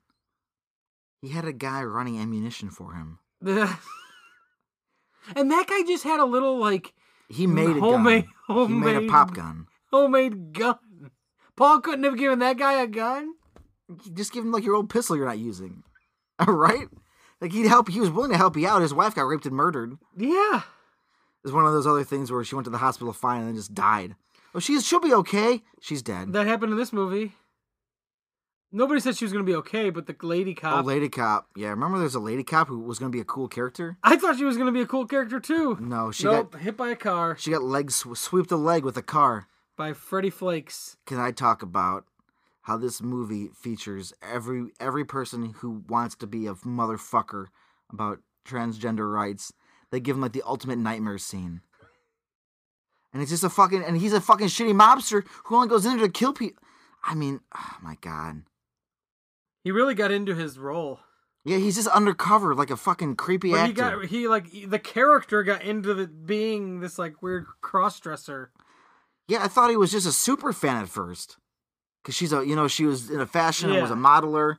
He had a guy running ammunition for him. and that guy just had a little like He made a Homemade- gun. He made a homemade- pop gun. homemade gun. Paul couldn't have given that guy a gun. Just give him like your old pistol you're not using. All right. Like he'd help. He was willing to help you out. His wife got raped and murdered. Yeah. It's one of those other things where she went to the hospital fine and then just died. Oh, she's she'll be okay. She's dead. That happened in this movie. Nobody said she was going to be okay, but the lady Oh, cop. Lady Cop. Yeah, remember there's a Lady Cop who was going to be a cool character? I thought she was going to be a cool character too. No, she nope, got hit by a car she got legs sw- sweeped a leg with a car. by Freddie Flakes. Can I talk about how this movie features every every person who wants to be a motherfucker about transgender rights? They give him like the ultimate nightmare scene. And it's just a fucking and he's a fucking shitty mobster who only goes in there to kill people. I mean, oh my god. He really got into his role. Yeah, he's just undercover like a fucking creepy But actor. he got he like the character got into the being this like weird cross dresser. Yeah, I thought he was just a super fan at first. Cause she's a, you know, she was in a fashion and was a Yeah. modeler,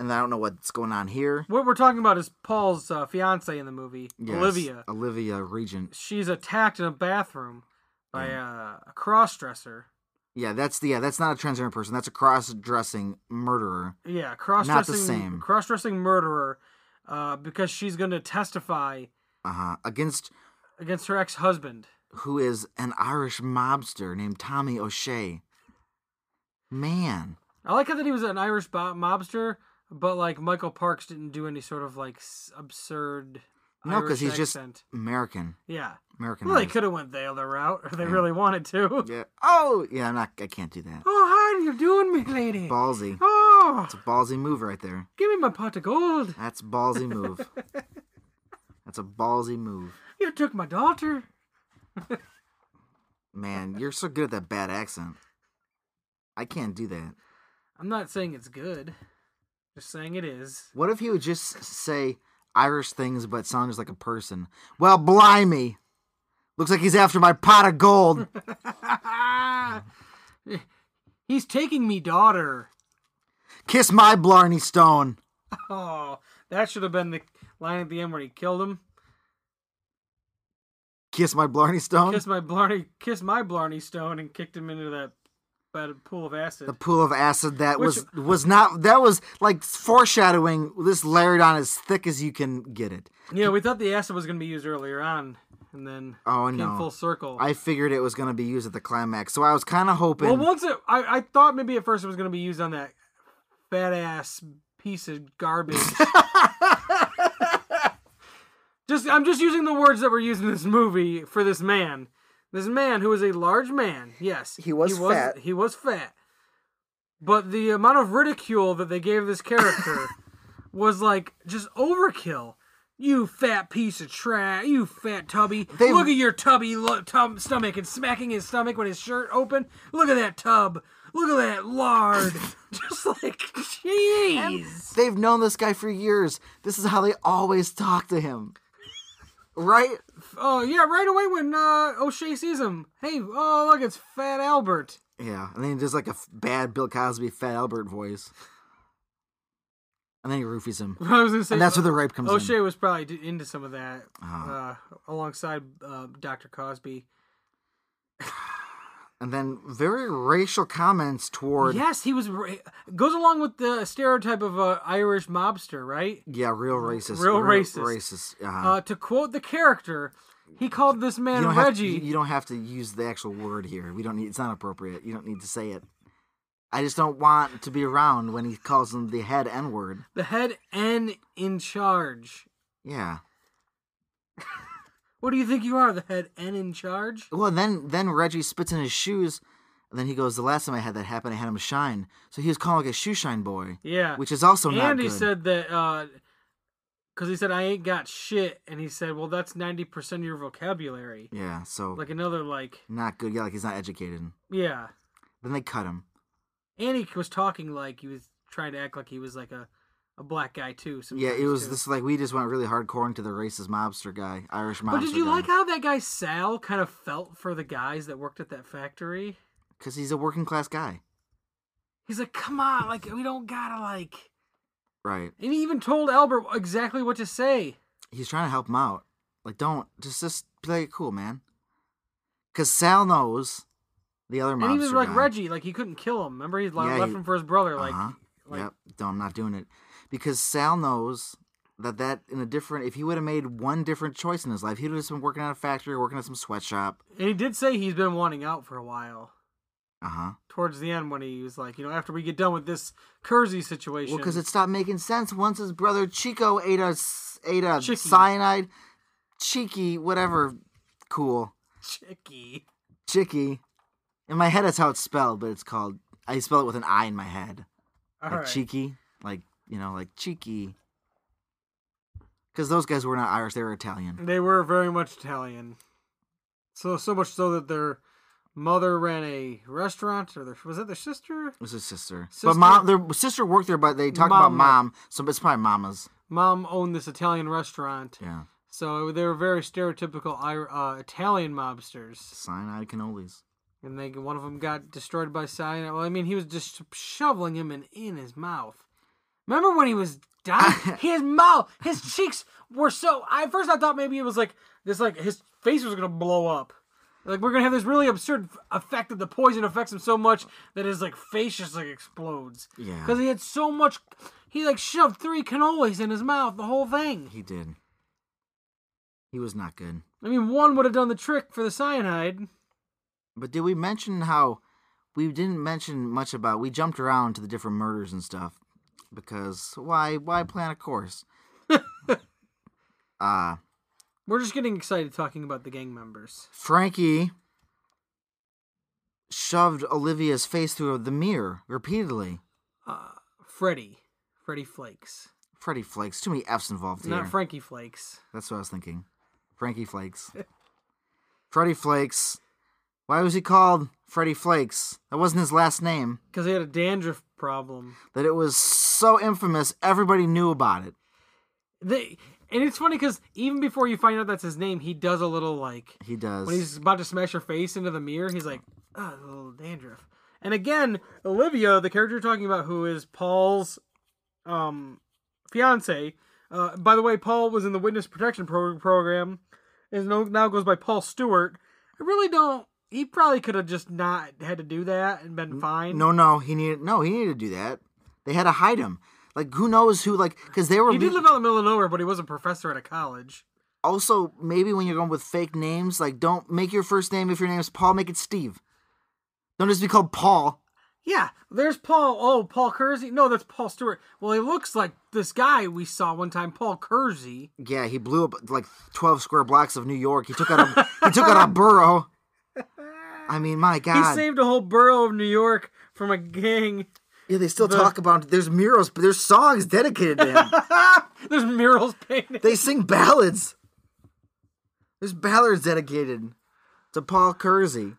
and I don't know what's going on here. What we're talking about is Paul's uh, fiance in the movie, Yes, Olivia. Olivia Regent. She's attacked in a bathroom by Mm. uh, a cross-dresser. Yeah, that's the yeah. That's not a transgender person. That's a cross-dressing murderer. Yeah, cross-dressing, same. cross-dressing murderer, uh, because she's going to testify Uh huh. Against against her ex-husband. who is an Irish mobster named Tommy O'Shea. Man, I like how that he was an Irish bo- mobster, but like Michael Parks didn't do any sort of like s- absurd. no, because Irish he's just accent. American. yeah. American. Well, they could have went the other route if they really wanted to. Yeah. Oh, yeah. I'm not. I can't do that. Oh, how are you doing, me lady? Ballsy. Oh, It's a ballsy move right there. give me my pot of gold. That's a ballsy move. That's a ballsy move. You took my daughter. Man, you're so good at that bad accent. I can't do that. I'm not saying it's good. Just saying it is. What if he would just say Irish things but sound just like a person? Well, blimey. Looks like he's after my pot of gold. He's taking me daughter. Kiss my Blarney Stone. Oh, that should have been the line at the end where he killed him. Kiss my Blarney Stone? Kiss my Blarney, kiss my Blarney Stone, and kicked him into that that pool of acid. the pool of acid that Which- was was not that was like foreshadowing this layered on as thick as you can get it. Yeah, we thought the acid was going to be used earlier on, and then Oh, came no. full circle. I figured it was gonna be used at the climax, so I was kinda hoping well, once it, I, I thought maybe at first it was going to be used on that fat ass piece of garbage. just I'm just using the words that were used in this movie for this man. This man who is a large man. Yes, He was fat. He was fat. But the amount of ridicule that they gave this character was like just overkill. You fat piece of trash! You fat tubby! They- Look at your tubby lo- tub stomach and smacking his stomach with his shirt open. Look at that tub! Look at that lard! just like jeez. They've known this guy for years. This is how they always talk to him. Right? Oh yeah, right away when uh, O'Shea sees him. Hey, oh look, it's Fat Albert. Yeah. And then he does like a f- bad Bill Cosby Fat Albert voice. And then he roofies him. I was gonna say And that's where the rape comes O'Shea in. Uh-huh. was probably d- into some of that uh, alongside uh, Dr. Cosby. And then very racial comments toward Yes, he was ra- goes along with the stereotype of a Irish mobster, right? Yeah, real racist. Real racist. Racist. Uh-huh. Uh, to quote the character, he called this man you don't Reggie. Have to, you don't have to use the actual word here. We don't need. It's not appropriate. You don't need to say it. I just don't want to be around when he calls him the head N word. the head and in charge. Yeah. What do you think you are, the head and in charge? Well, then then Reggie spits in his shoes, and then he goes. The last time I had that happen, I had him shine. So he was calling like a shoe shine boy, Yeah. which is also not and he good. said that because he said I ain't got shit, and he said, well, that's ninety percent of your vocabulary. yeah, so Like another like not good. Yeah, like he's not educated. yeah. Then they cut him. And he was talking like he was trying to act like he was like a, a black guy too. Yeah, it sometimes, was too. this like we just went really hardcore into the racist mobster guy, Irish mobster. But did you guy. like how that guy Sal kind of felt for the guys that worked at that factory? Because he's a working class guy, He's like, come on, like we don't gotta like. right? And he even told Albert exactly what to say. he's trying to help him out. Like, don't just just play it cool, man. Cause Sal knows the other mobster. and even like guy. Reggie, like he couldn't kill him. Remember, he like, Yeah, left he- him for his brother. Like, Uh-huh. like yep. No, I'm not doing it because Sal knows that that in a different. If he would have made one different choice in his life, he'd have just been working at a factory, working at some sweatshop. and he did say he's been wanting out for a while. Uh huh. Towards the end, when he was like, you know, after we get done with this Kersey situation, Well, because it stopped making sense once his brother Chico ate a s- ate a Chicky. cyanide, cheeky whatever, cool chicky. chicky. In my head, that's how it's spelled, but it's called. I spell it with an I in my head. All like right. cheeky, like you know, like cheeky. Because those guys were not Irish; they were Italian. They were very much Italian. So so much so that their mother ran a restaurant, or their, was it their sister? It was his sister. Sister- but mom, their sister worked there, but they talked about Mama. mom, so it's probably mama's. Mom owned this Italian restaurant, Yeah, so they were very stereotypical Ir- uh, Italian mobsters. cyanide cannolis. And they one of them got destroyed by cyanide. Well, I mean, he was just shoveling him in, in his mouth. Remember when he was dying? his mouth, his cheeks were so. I at first I thought maybe it was like this, like his face was gonna blow up. Like we're gonna have this really absurd effect that the poison affects him so much that his like face just like explodes. Yeah. Because he had so much. He like shoved three cannolis in his mouth, the whole thing. He did. He was not good. I mean, one would have done the trick for the cyanide. But did we mention how we didn't mention much about we jumped around to the different murders and stuff because why why plan a course? uh We're just getting excited talking about the gang members. Frankie shoved Olivia's face through the mirror repeatedly. Uh, Freddy, Freddy Flakes, Freddy Flakes, too many F's involved here. not Frankie Flakes. That's what I was thinking. Frankie Flakes. Freddy Flakes. Why was he called Freddy Flakes? That wasn't his last name. Because he had a dandruff problem. That it was so infamous, everybody knew about it. They, and it's funny because even before you find out that's his name, he does a little like He does. when he's about to smash her face into the mirror, he's like, "Ah, a little dandruff." And again, Olivia, the character you're talking about, who is Paul's um, fiance. Uh, by the way, Paul was in the witness protection pro- program, and no- now goes by Paul Stewart. I really don't. He probably could have just not had to do that and been fine. no, no, he needed. No, he needed to do that. They had to hide him. Like who knows who? Like because they were he did live out in the middle of nowhere, but he was a professor at a college. also maybe when you're going with fake names, like don't make your first name if your name's Paul, make it Steve. Don't just be called Paul. Yeah, there's Paul. Oh, Paul Kersey. No, that's Paul Stewart. Well, he looks like this guy we saw one time, Paul Kersey. Yeah, he blew up like twelve square blocks of New York. He took out a he took out a borough. I mean, my He God. saved a whole borough of New York from a gang. yeah, they still talk about there's murals, but there's songs dedicated to him. There's murals painted. they sing ballads. There's ballads dedicated to Paul Kersey.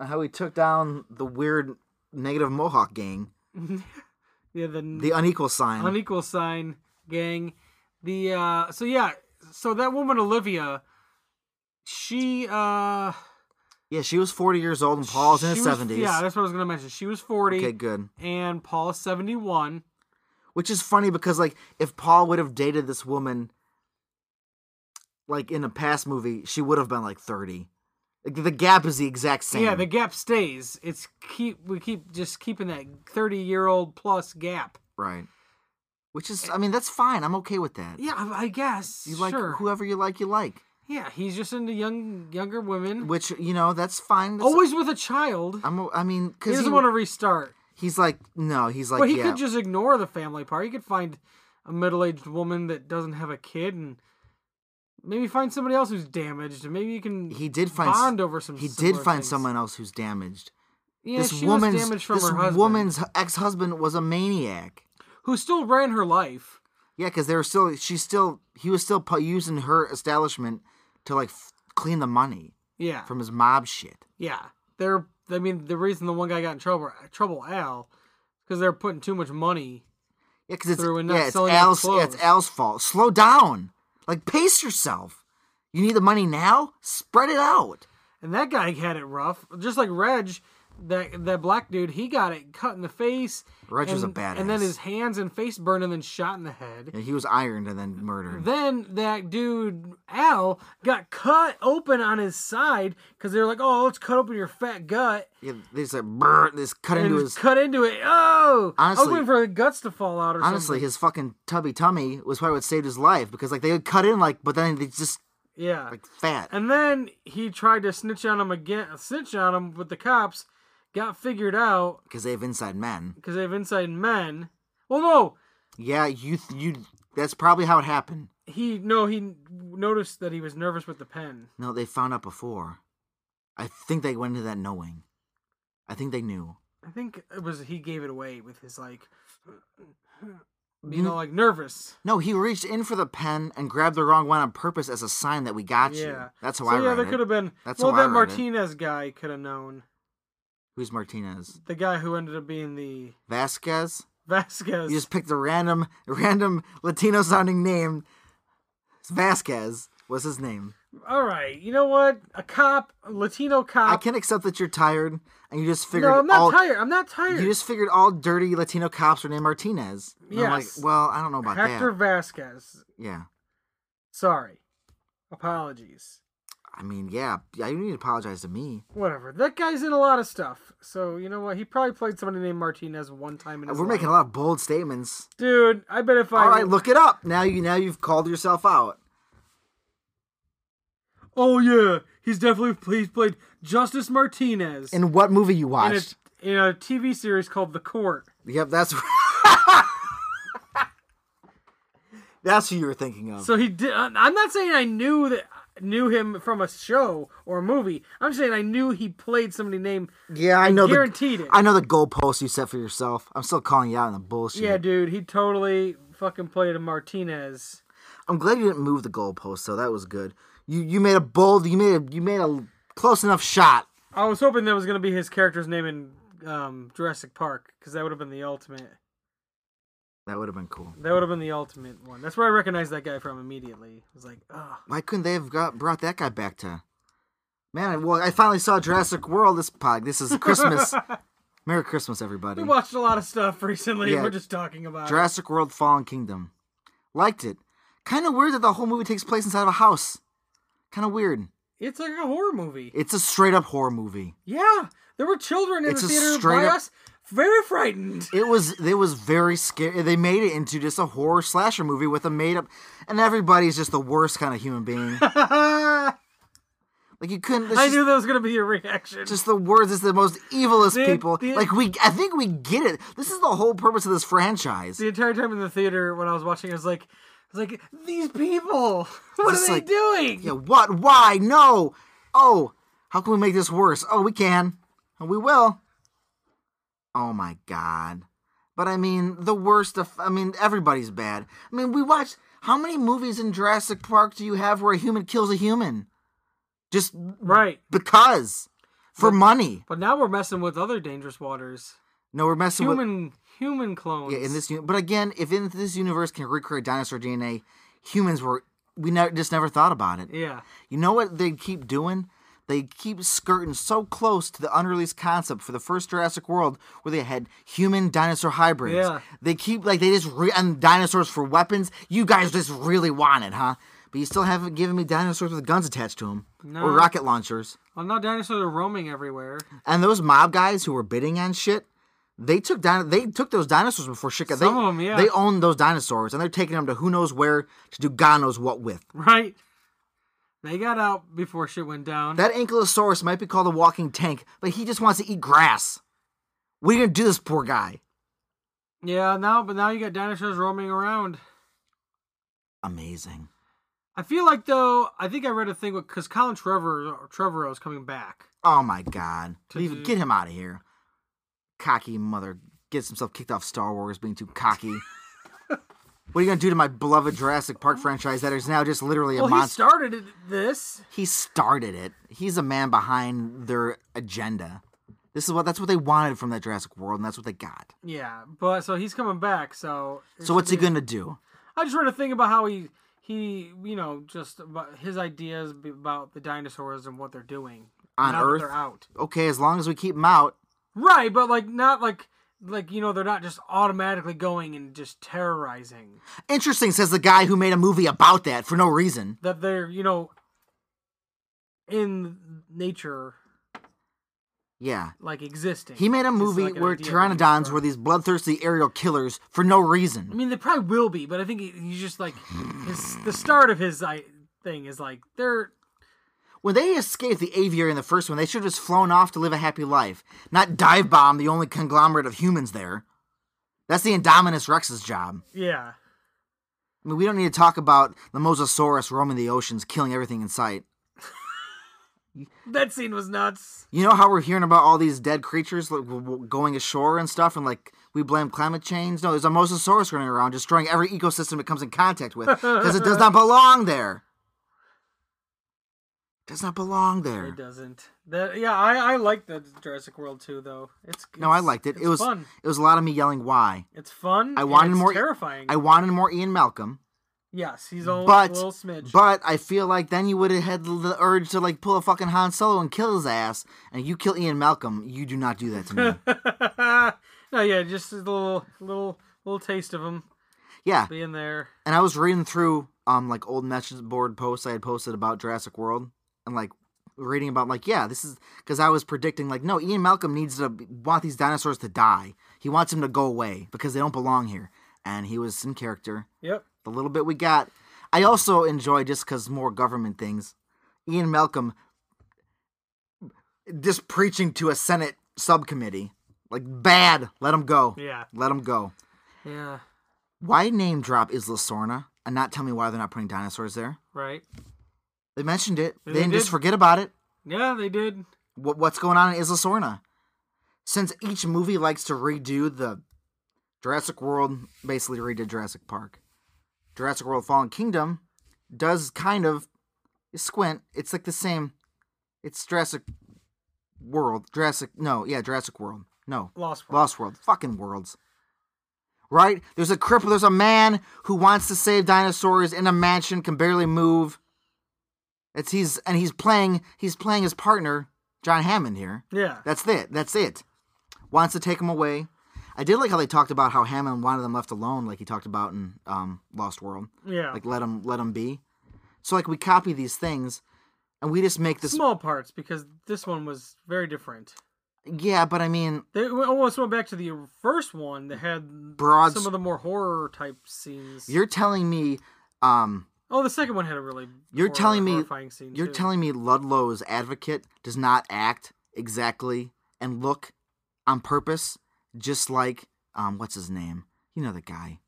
How he took down the weird negative Mohawk gang, Yeah, the the unequal sign. unequal sign gang. The uh so yeah, so that woman Olivia, she uh yeah, she was 40 years old and Paul's in she his was- 70s. Yeah, that's what I was gonna mention. She was forty okay, good. and Paul is seventy one. Which is funny because like if Paul would have dated this woman like in a past movie, she would have been like 30. Like the gap is the exact same. Yeah, the gap stays. It's keep we keep just keeping that thirty year old plus gap. right. Which is I mean, that's fine. I'm okay with that. Eh Yeah, I I guess. You like sure. whoever you like, you like. Yeah, he's just into young younger women. Which you know, that's fine. That's, Always with a child. I'm. o- I mean, He because doesn't he, want to restart. he's like, no, he's like, But he yeah, could just ignore the family part. He could find a middle aged woman that doesn't have a kid and maybe find somebody else who's damaged. And maybe you can he did find s- bond over some He did similar find things. someone else who's damaged. yeah, this she woman's was damaged from this her husband, woman's ex husband was a maniac. who still ran her life. Yeah, because they were still. She's still. He was still pu- using her establishment to like f- clean the money Yeah, from his mob shit. yeah. They're. I mean, the reason the one guy got in trouble, trouble Al, because they're putting too much money. Yeah, because it's Through and not yeah, it's selling his Al's yeah, it's clothes. Al's fault. Slow down. Like pace yourself. You need the money now. Spread it out. And that guy had it rough, just like Reg, that that black dude. He got it cut in the face. Reg and, was a And then badass. his hands and face burned, and then shot in the head. And he was ironed and then murdered. Then that dude Al got cut open on his side because they were like, "Oh, let's cut open your fat gut," Yeah, they just like brr, they just cut and into just his. cut into it. Oh, I was Honestly- waiting for the guts to fall out or honestly, something. his fucking tubby tummy was probably what saved his life because like they would cut in like, but then they just yeah. like fat. And then he tried to snitch on him again, snitch on him with the cops. Got figured out because they have inside men. because they have inside men. Well, no, Yeah, you th- you. That's probably how it happened. he no he noticed that he was nervous with the pen. No, they found out before. I think they went into that knowing. I think they knew. I think it was he gave it away with his like, you know, like nervous. No, he reached in for the pen and grabbed the wrong one on purpose as a sign that we got you. Yeah, That's how so I yeah, read there it. could have been. That's well, how I that read it. Martinez guy could have known Who's Martinez? the guy who ended up being the Vasquez. Vasquez. You just picked a random, random Latino-sounding name. Vasquez was his name. All right, you know what? A cop, a Latino cop. I can accept that you're tired and you just figured Uh, no, I'm not all tired. I'm not tired. you just figured all dirty Latino cops are named Martinez. And I'm like, Yes. well, I don't know about Hector that. Vasquez. Yeah. Sorry. Apologies. I mean, yeah, I you need to apologize to me. Whatever. That guy's in a lot of stuff. So, you know what? He probably played somebody named Martinez one time in his Uh, We're life. making a lot of bold statements. Dude, I bet if I. All right, look it up. Now you now you've called yourself out. Oh, yeah. He's definitely he's played Justice Martinez In what movie you in a, watched? in a TV series called The Court. Yep, that's That's who you were thinking of. So he did. I- I'm not saying I knew that knew him from a show or a movie. I'm saying I knew he played somebody named. yeah, I know guaranteed the it. I know the goalpost you set for yourself. I'm still calling you out on the bullshit. Yeah, dude, he totally fucking played a Martinez. I'm glad you didn't move the goalpost, so that was good. You you made a bold, you made a you made a close enough shot. I was hoping that was gonna be his character's name in um, Jurassic Park because that would have been the ultimate. That would have been cool. That would have been the ultimate one. That's where I recognized that guy from immediately. I was like, ah, Why couldn't they have got brought that guy back to? Man, I, well, I finally saw Jurassic World. This pod, this is Christmas. Merry Christmas, everybody. we watched a lot of stuff recently. Yeah. and We're just talking about. it. Jurassic World Fallen Kingdom. Liked it. Kind of weird that the whole movie takes place inside of a house. Kind of weird. It's like a horror movie. It's a straight up horror movie. Yeah, there were children in It's the a theater by straight up- us, very frightened. It was it was very scary. They made it into just a horror slasher movie with a made up and everybody's just the worst kind of human being. Like you couldn't it's I just, knew that was gonna be your reaction. just the worst is the most evilest The- people. the- like we I think we get it. This is the whole purpose of this franchise. the entire time in the theater when I was watching, I was like, I was like, these people, what Just are they like- doing? Yeah, what? Why? No. Oh, how can we make this worse? Oh, we can. And we will. Oh my god. But I mean, the worst of I mean, everybody's bad. I mean, we watched how many movies in Jurassic Park do you have where a human kills a human? Just Right. because for money. But now we're messing with other dangerous waters. No, we're messing with Human, human clones. Yeah, in this, uni- but again, if in this universe can recreate dinosaur DNA, humans were we ne- just never thought about it. Yeah. You know what they keep doing? They keep skirting so close to the unreleased concept for the first Jurassic World, where they had human dinosaur hybrids. Yeah. They keep like they just re- and dinosaurs for weapons. You guys just really want it, huh? But you still haven't given me dinosaurs with guns attached to them No. or rocket launchers. Well, now dinosaurs are roaming everywhere. And those mob guys who were bidding on shit, they took down they took those dinosaurs before shit got. Some they, of 'em, yeah. They own those dinosaurs, and they're taking them to who knows where to do God knows what with. Right. They got out before shit went down. That ankylosaurus might be called a walking tank, but he just wants to eat grass. What are you gonna do, to this poor guy? yeah. Now, but now you got dinosaurs roaming around. Amazing. I feel like though, I think I read a thing because Colin Trevor Trevorrow is coming back. Oh my god. To Leave, do- get him out of here. Cocky mother gets himself kicked off Star Wars being too cocky. what are you gonna do to my beloved Jurassic Park franchise that is now just literally a Well, he monster? started it- this. he started it. He's a man behind their agenda. This is what that's what they wanted from that Jurassic World, and that's what they got. Yeah, but so he's coming back. So it So what's he should be- gonna do? I just read a thing about how he he you know just about his ideas b- about the dinosaurs and what they're doing On now that Earth? They're out. Okay, as long as we keep him out, Right, but like not like like you know they're not just automatically going and just terrorizing. Interesting, says the guy who made a movie about that for no reason. That they're you know in nature Yeah. like existing. He made a It's movie like an where idea that pteranodons he's were these bloodthirsty aerial killers for no I reason. mean, they probably will be, but I think he, he's just like his the start of his I, thing is like they're When they escaped the aviary in the first one, they should have just flown off to live a happy life, not dive bomb the only conglomerate of humans there. That's the Indominus Rex's job. yeah. I mean, we don't need to talk about the Mosasaurus roaming the oceans, killing everything in sight. That scene was nuts. You know how we're hearing about all these dead creatures like, w- w- going ashore and stuff, and like we blame climate change? No, there's a Mosasaurus running around destroying every ecosystem it comes in contact with because it does not belong there. Does not belong there. It doesn't. That yeah, I I like the Jurassic World too though. It's No, I it's- liked it. It's It was fun. it was a lot of me yelling why. It's fun. I and wanted it's more- e- Terrifying. I wanted more Ian Malcolm. Yes, he's only But- a little smidge. But I feel like then you would have had the urge to like pull a fucking Han Solo and kill his ass, and you kill Ian Malcolm. You do not do that to me. no, yeah, just a little, little, little taste of him yeah, being there. and I was reading through um like old message board posts I had posted about Jurassic World, and like reading about like yeah this is because I was predicting like no Ian Malcolm needs to want these dinosaurs to die. He wants them to go away because they don't belong here, and he was in character. Yep. the little bit we got. I also enjoy just because more government things. Ian Malcolm just preaching to a Senate subcommittee. Like, bad. Let him go. Yeah. Let him go. Yeah. Why name drop Isla Sorna and not tell me why they're not putting dinosaurs there? Right. They mentioned it. They, They didn't just did. forget about it. Yeah, they did. What, what's going on in Isla Sorna? Since each movie likes to redo the Jurassic World, basically redid Jurassic Park. Jurassic World Fallen Kingdom does kind of squint. It's like the same. It's Jurassic World. Jurassic. No, yeah, Jurassic World. No. Lost. World. Lost World. Fucking worlds. Right? There's a cripple. There's a man who wants to save dinosaurs in a mansion, can barely move. It's he's and he's playing. He's playing his partner, John Hammond here. Yeah. That's it. That's it. Wants to take him away. I did like how they talked about how Hammond wanted them left alone, like he talked about in um, Lost World. Yeah. Like let him let him be. So like we copy these things, and we just make this. Small parts because this one was very different. Yeah, but I mean, They we almost went back to the first one that had Broad some s- of the more horror type scenes. you're telling me, um, Oh, the second one had a really You're horror- telling me- horrifying scene. you're too. telling me Ludlow's advocate does not act exactly and look on purpose, just like um, what's his name? You know the guy.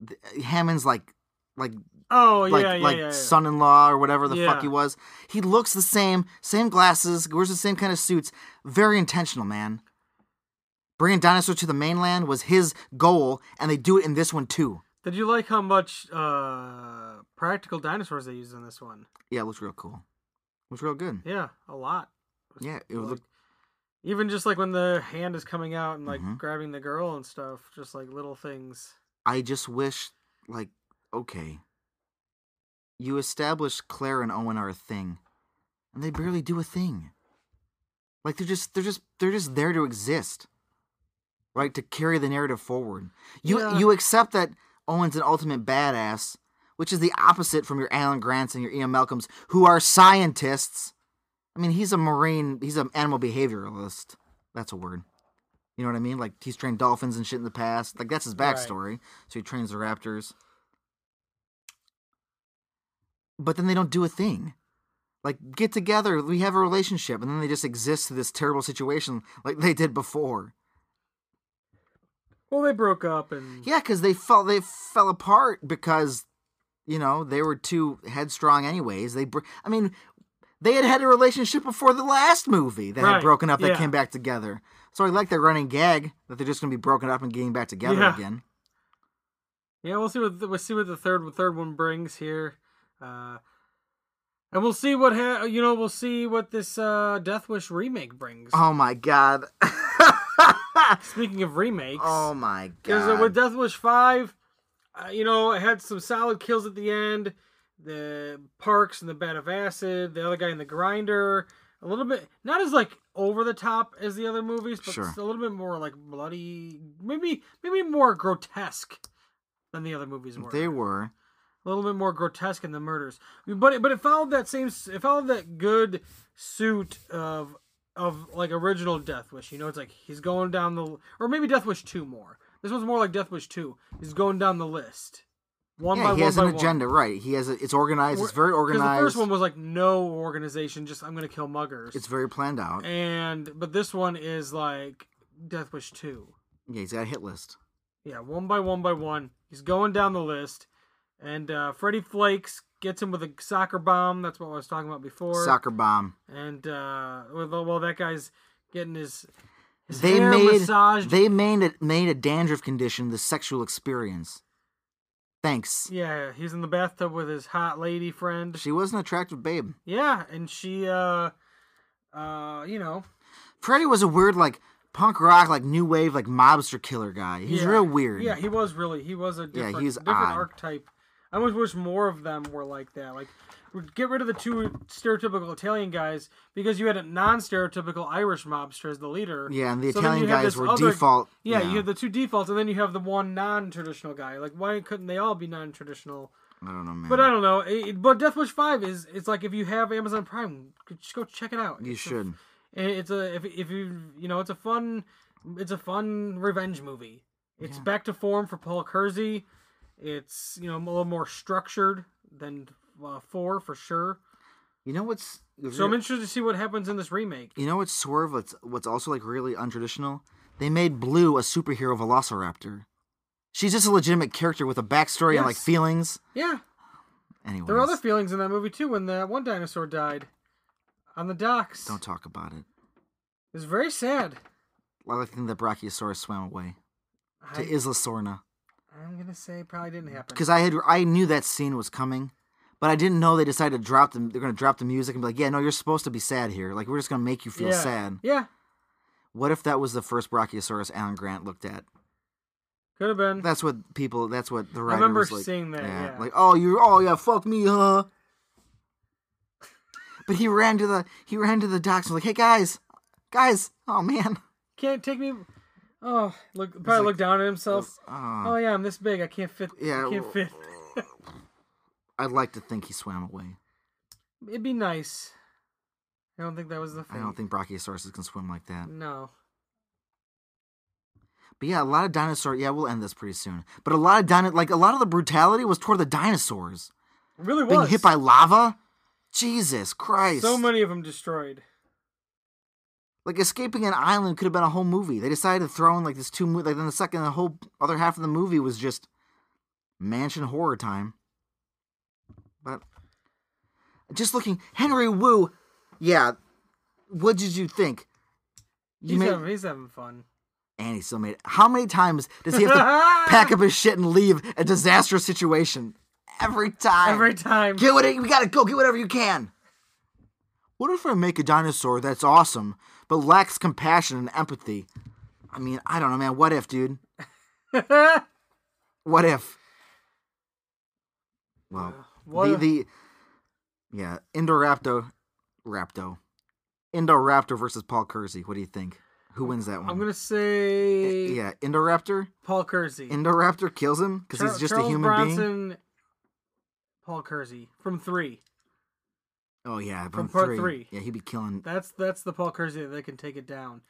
The, Hammond's like, like Oh yeah, like yeah, like yeah, yeah. son-in-law or whatever the fuck Yeah. he was. He looks the same, same glasses, wears the same kind of suits. Very intentional, man. Bringing dinosaur to the mainland was his goal, and they do it in this one too. Did you like how much uh, practical dinosaurs they used in this one? Yeah, it looks real cool. It was real good. Yeah, a lot. Yeah, it Like, was. even just like when the hand is coming out and like Mhm. grabbing the girl and stuff, just like little things. I just wish, like, okay. You established Claire and Owen are a thing, and they barely do a thing. Like they're just they're just they're just there to exist, right? To carry the narrative forward. You Yeah. you accept that Owen's an ultimate badass, which is the opposite from your Alan Grants and your Ian Malcolms, who are scientists. I mean, he's a marine. He's an animal behavioralist. That's a word. You know what I mean? Like he's trained dolphins and shit in the past. Like that's his Right. backstory. So he trains the raptors. But then they don't do a thing. Like get together, we have a relationship, and then they just exist to this terrible situation like they did before. Well, they broke up and Yeah, because they fell they fell apart because you know they were too headstrong. Anyways, they br- I mean they had had a relationship before the last movie that had Right, broken up. They yeah. came back together. So I like their running gag that they're just gonna be broken up and getting back together Yeah. again. Yeah, we'll see what the, we'll see what the third third one brings here, uh, and we'll see what ha- you know. We'll see what this uh, Death Wish remake brings. Oh my god. Speaking of remakes, oh my Because god. with Death Wish Five, uh, you know, it had some solid kills at the end. The Parks and the Bat of Acid, the other guy in the grinder, a little bit not as like over the top as the other movies, but Sure. it's a little bit more like bloody, maybe maybe more grotesque than the other movies were. they were. a little bit more grotesque in the murders, I mean, but it, but it followed that same s- it followed that good suit of of like original Death Wish. You know, it's like he's going down the or maybe Death Wish two more. This one's more like Death Wish two. He's going down the list one by Yeah, one he has by an agenda, right? He has a, it's organized. One. It's very Because organized. The first one was like no organization, just I'm gonna kill muggers. it's very planned out. and but this one is like Death Wish two. Yeah, he's got a hit list. Yeah, one by one by one. He's going down the list. And uh, Freddie Flakes gets him with a soccer bomb. That's what I was talking about before. Soccer bomb. And uh, well, well, that guy's getting his, his They hair made massaged. they made it made a dandruff condition the sexual experience. Thanks. Yeah, he's in the bathtub with his hot lady friend. She was an attractive babe. Yeah, and she, uh, uh, you know, Freddie was a weird like punk rock like new wave like mobster killer guy. He's yeah. real weird. Yeah, he was really he was a Yeah, different, he's different odd. archetype I almost wish more of them were like that. Like, get rid of the two stereotypical Italian guys because you had a non-stereotypical Irish mobster as the leader. Yeah, and the So then you Italian have guys this were other- default. Yeah, you have the two defaults, and then you have the one non-traditional guy. Like, why couldn't they all be non-traditional? I don't know, man. But uh, I don't know. It, but Death Wish Five is it's like if you have Amazon Prime, just go check it out. you It's a- should. it's a if if you you know it's a fun it's a fun revenge movie. It's back to form for Paul Kersey. It's you know a little more structured than uh, four for sure. You know what's So I'm interested to see what happens in this remake. you know what's swerve? What's what's also like really untraditional? They made Blue a superhero Velociraptor. She's just a legitimate character with a backstory and like Yes. feelings. Yeah, Anyway, there are other feelings in that movie too. When that one dinosaur died on the docks, don't talk about it. it was very sad. I like to think that Brachiosaurus swam away to I, Isla Sorna I'm gonna say it probably didn't happen. because I had I knew that scene was coming, but I didn't know they decided to drop them. They're gonna drop the music and be like, "Yeah, no, you're supposed to be sad here. Like we're just gonna make you feel yeah. sad." Yeah, What if that was the first Brachiosaurus Alan Grant looked at? could have been. That's what people. That's what the writer remember was like, seeing that, yeah. Like, oh, you. Oh, yeah. Fuck me, huh? but he ran to the he ran to the docks and was like, hey guys, guys. Oh man. Can't take me. Oh, look! Probably looked down at himself. Oh, Oh yeah, I'm this big. I can't fit. Yeah, I can't well- fit. I'd like to think he swam away. It'd be nice. I don't think that was the I thing. don't think Brachiosauruses can swim like that. No. But yeah, a lot of dinosaur. Yeah, we'll end this pretty soon. But a lot of dino, like a lot of the brutality was toward the dinosaurs It really being was. hit by lava. Jesus Christ! so many of them destroyed. Like escaping an island could have been a whole movie. They decided to throw in like this two movie. Like then the second, the whole other half of the movie was just mansion horror time. But just looking, Henry Wu, yeah. What did you think? You He's, made having, he's having fun. and he still made. It. How many times does he have to pack up his shit and leave a disastrous situation? Every time. Every time. Get what we gotta go. Get whatever you can. What if I make a dinosaur that's awesome but lacks compassion and empathy? I mean, I don't know, man. What if, dude? What if? Well, Uh, What the if- the yeah, Indoraptor, Rapto, Indoraptor versus Paul Kersey. What do you think? Who wins that one? I'm gonna say yeah, Indoraptor. Paul Kersey. Indoraptor kills him because Char- he's just Charles a human being. Bronson, Paul Kersey from Three. Oh yeah, From from, part three. three. Yeah, he'd be killing. That's that's the Paul Kersey that they can take it down.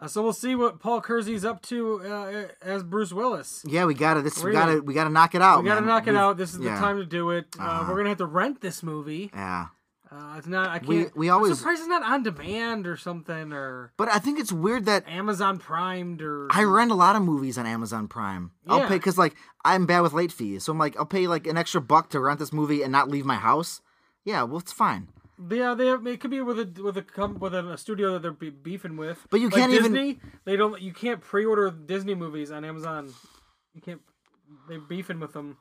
Uh, so we'll see what Paul Kersey's up to uh, as Bruce Willis. Yeah, we gotta. This we Really? gotta. We gotta knock it out. We gotta man. knock it We've- out. This is yeah, the time to do it. Uh, Uh-huh. We're gonna have to rent this movie. Yeah, Uh, it's not. I can't. We- we I'm always- surprised it's not on demand or something or but I think it's weird that Amazon Primed or. I rent a lot of movies on Amazon Prime. I'll Yeah. pay because like I'm bad with late fees, so I'm like I'll pay like an extra buck to rent this movie and not leave my house. Yeah, well it's fine. yeah, they have, it could be with a with a com- with a, studio that they're be- beefing with. But you Like can't even- Disney, They don't. You can't pre-order Disney movies on Amazon. You can't. They're beefing with them,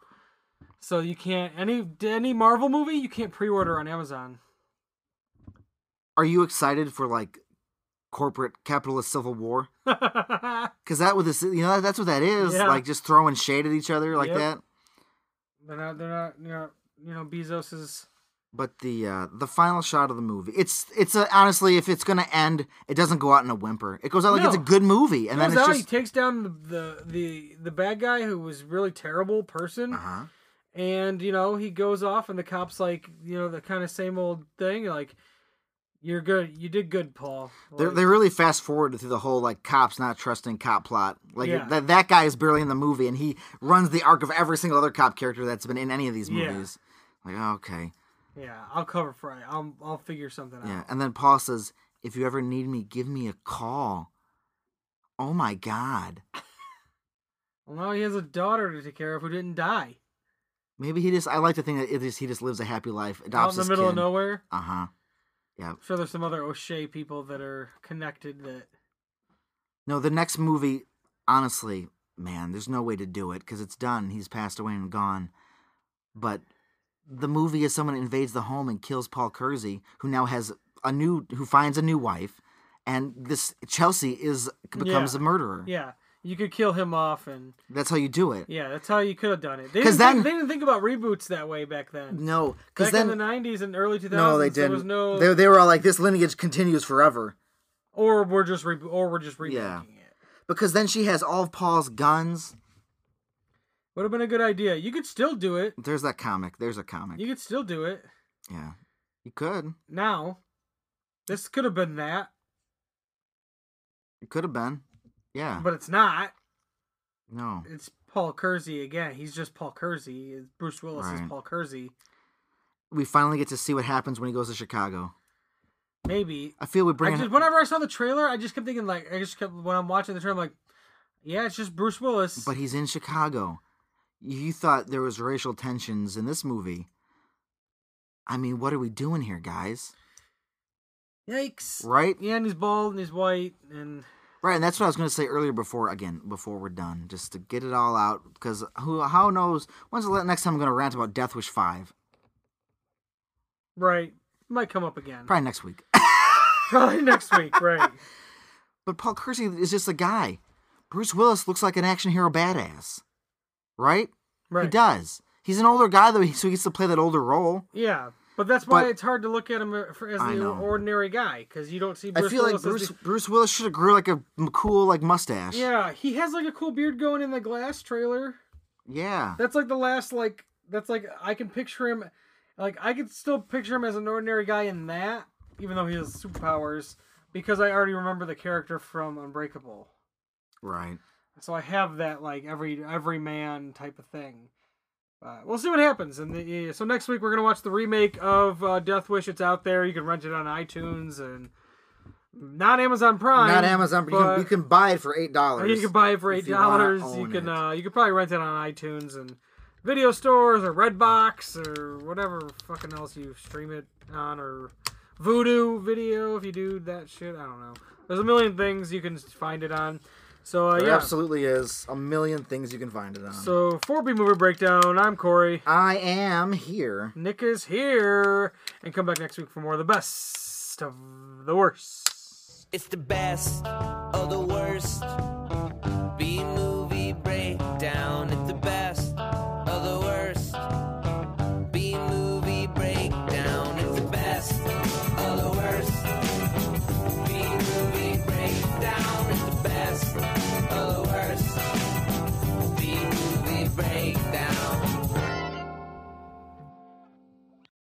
so you can't any any Marvel movie you can't pre-order on Amazon. Are you excited for like corporate capitalist civil war? they're Because that with this, you know, that's what that is. Yeah. Like just throwing shade at each other like Yep. that. not. They're not. You know. You know. Bezos is. But the uh, the final shot of the movie, it's it's a, honestly, if it's gonna end, it doesn't go out in a whimper. It goes out like it's a No. good movie, and then Turns it's out just he takes down the, the the the bad guy who was really terrible person, Uh-huh. and you know he goes off, and the cops like you know the kind of same old thing like, you're good, you did good, Paul. They're, Like, they really fast forward through the whole like cops not trusting cop plot. Like Yeah. that that guy is barely in the movie, and he runs the arc of every single other cop character that's been in any of these Yeah. movies. Like oh, okay, yeah, I'll cover for it. I'll I'll figure something yeah. out. And then Paul says, "If you ever need me, give me a call." Oh my god, Well, now he has a daughter to take care of who didn't die maybe he just. I like to think that it is, he just lives a happy life, out adopts in the middle of nowhere. nowhere. Uh huh. I'm sure there's some other O'Shea people that are connected that No, the next movie, honestly, man, there's no way to do it because it's done. He's passed away and gone. But the movie is someone invades the home and kills Paul Kersey, who now has a new, who finds a new wife, and this Chelsea is becomes Yeah. a murderer. yeah. you could kill him off, and That's how you do it. yeah, that's how you could have done it. They 'Cause didn't, think, then- they didn't think about reboots that way back then. No, because Back then in the '90s and early 2000s, no, they There didn't. was no, They they were all like, this lineage continues forever. or we're just re- or we're just rebooting Yeah. it. Because then she has all of Paul's guns. Would have been a good idea. You could still do it. There's that comic. There's a comic. You could still do it yeah, you could. now. This could have been that, It could have been. Yeah. but it's not. no. It's Paul Kersey again. He's just Paul Kersey. It's Bruce Willis Right. is Paul Kersey. We finally get to see what happens when he goes to Chicago. Maybe I feel we I bring. just, it, whenever I saw the trailer, I just kept thinking like I just kept when I'm watching the trailer, I'm like, yeah, it's just Bruce Willis. but he's in Chicago. You thought there was racial tensions in this movie. I mean, what are we doing here, guys? Yikes! Right? Yeah, and he's bald and he's white and Right, and that's what I was going to say earlier. Before again, before we're done, just to get it all out, because who, how knows? When's the next time I'm going to rant about Death Wish Five? right might come up again. Probably next week. Probably next week, right? but Paul Kersey is just a guy. Bruce Willis looks like an action hero badass, right? Right. He does. He's an older guy though, so he gets to play that older role. Yeah, but that's why But- it's hard to look at him uh, for- as I the know. ordinary guy because you don't see. I Bruce feel like Willis as Bruce the- Bruce Willis should have grew like a m- cool like mustache. yeah, he has like a cool beard going in the Glass trailer. yeah. That's like the last like that's like I can picture him, like I could still picture him as an ordinary guy in that, even though he has superpowers, because I already remember the character from Unbreakable. Right. So I have that like every every man type of thing. Uh, we'll see what happens. And the, yeah, so next week we're gonna watch the remake of uh, Death Wish. It's out there. You can rent it on iTunes and not Amazon Prime. Not Amazon, but, you, but- can, you can buy it for eight dollars. you can buy it for if eight you wanna dollars. You, own can it. uh, you can probably rent it on iTunes and video stores or Redbox or whatever fucking else you stream it on or Voodoo Video if you do that shit. I don't know. There's a million things you can find it on. So uh, There yeah. absolutely is a million things you can find it on. So for B movie breakdown, I'm Corey. I am here. Nick is here, and come back next week for more of the best of the worst. It's the best of the worst.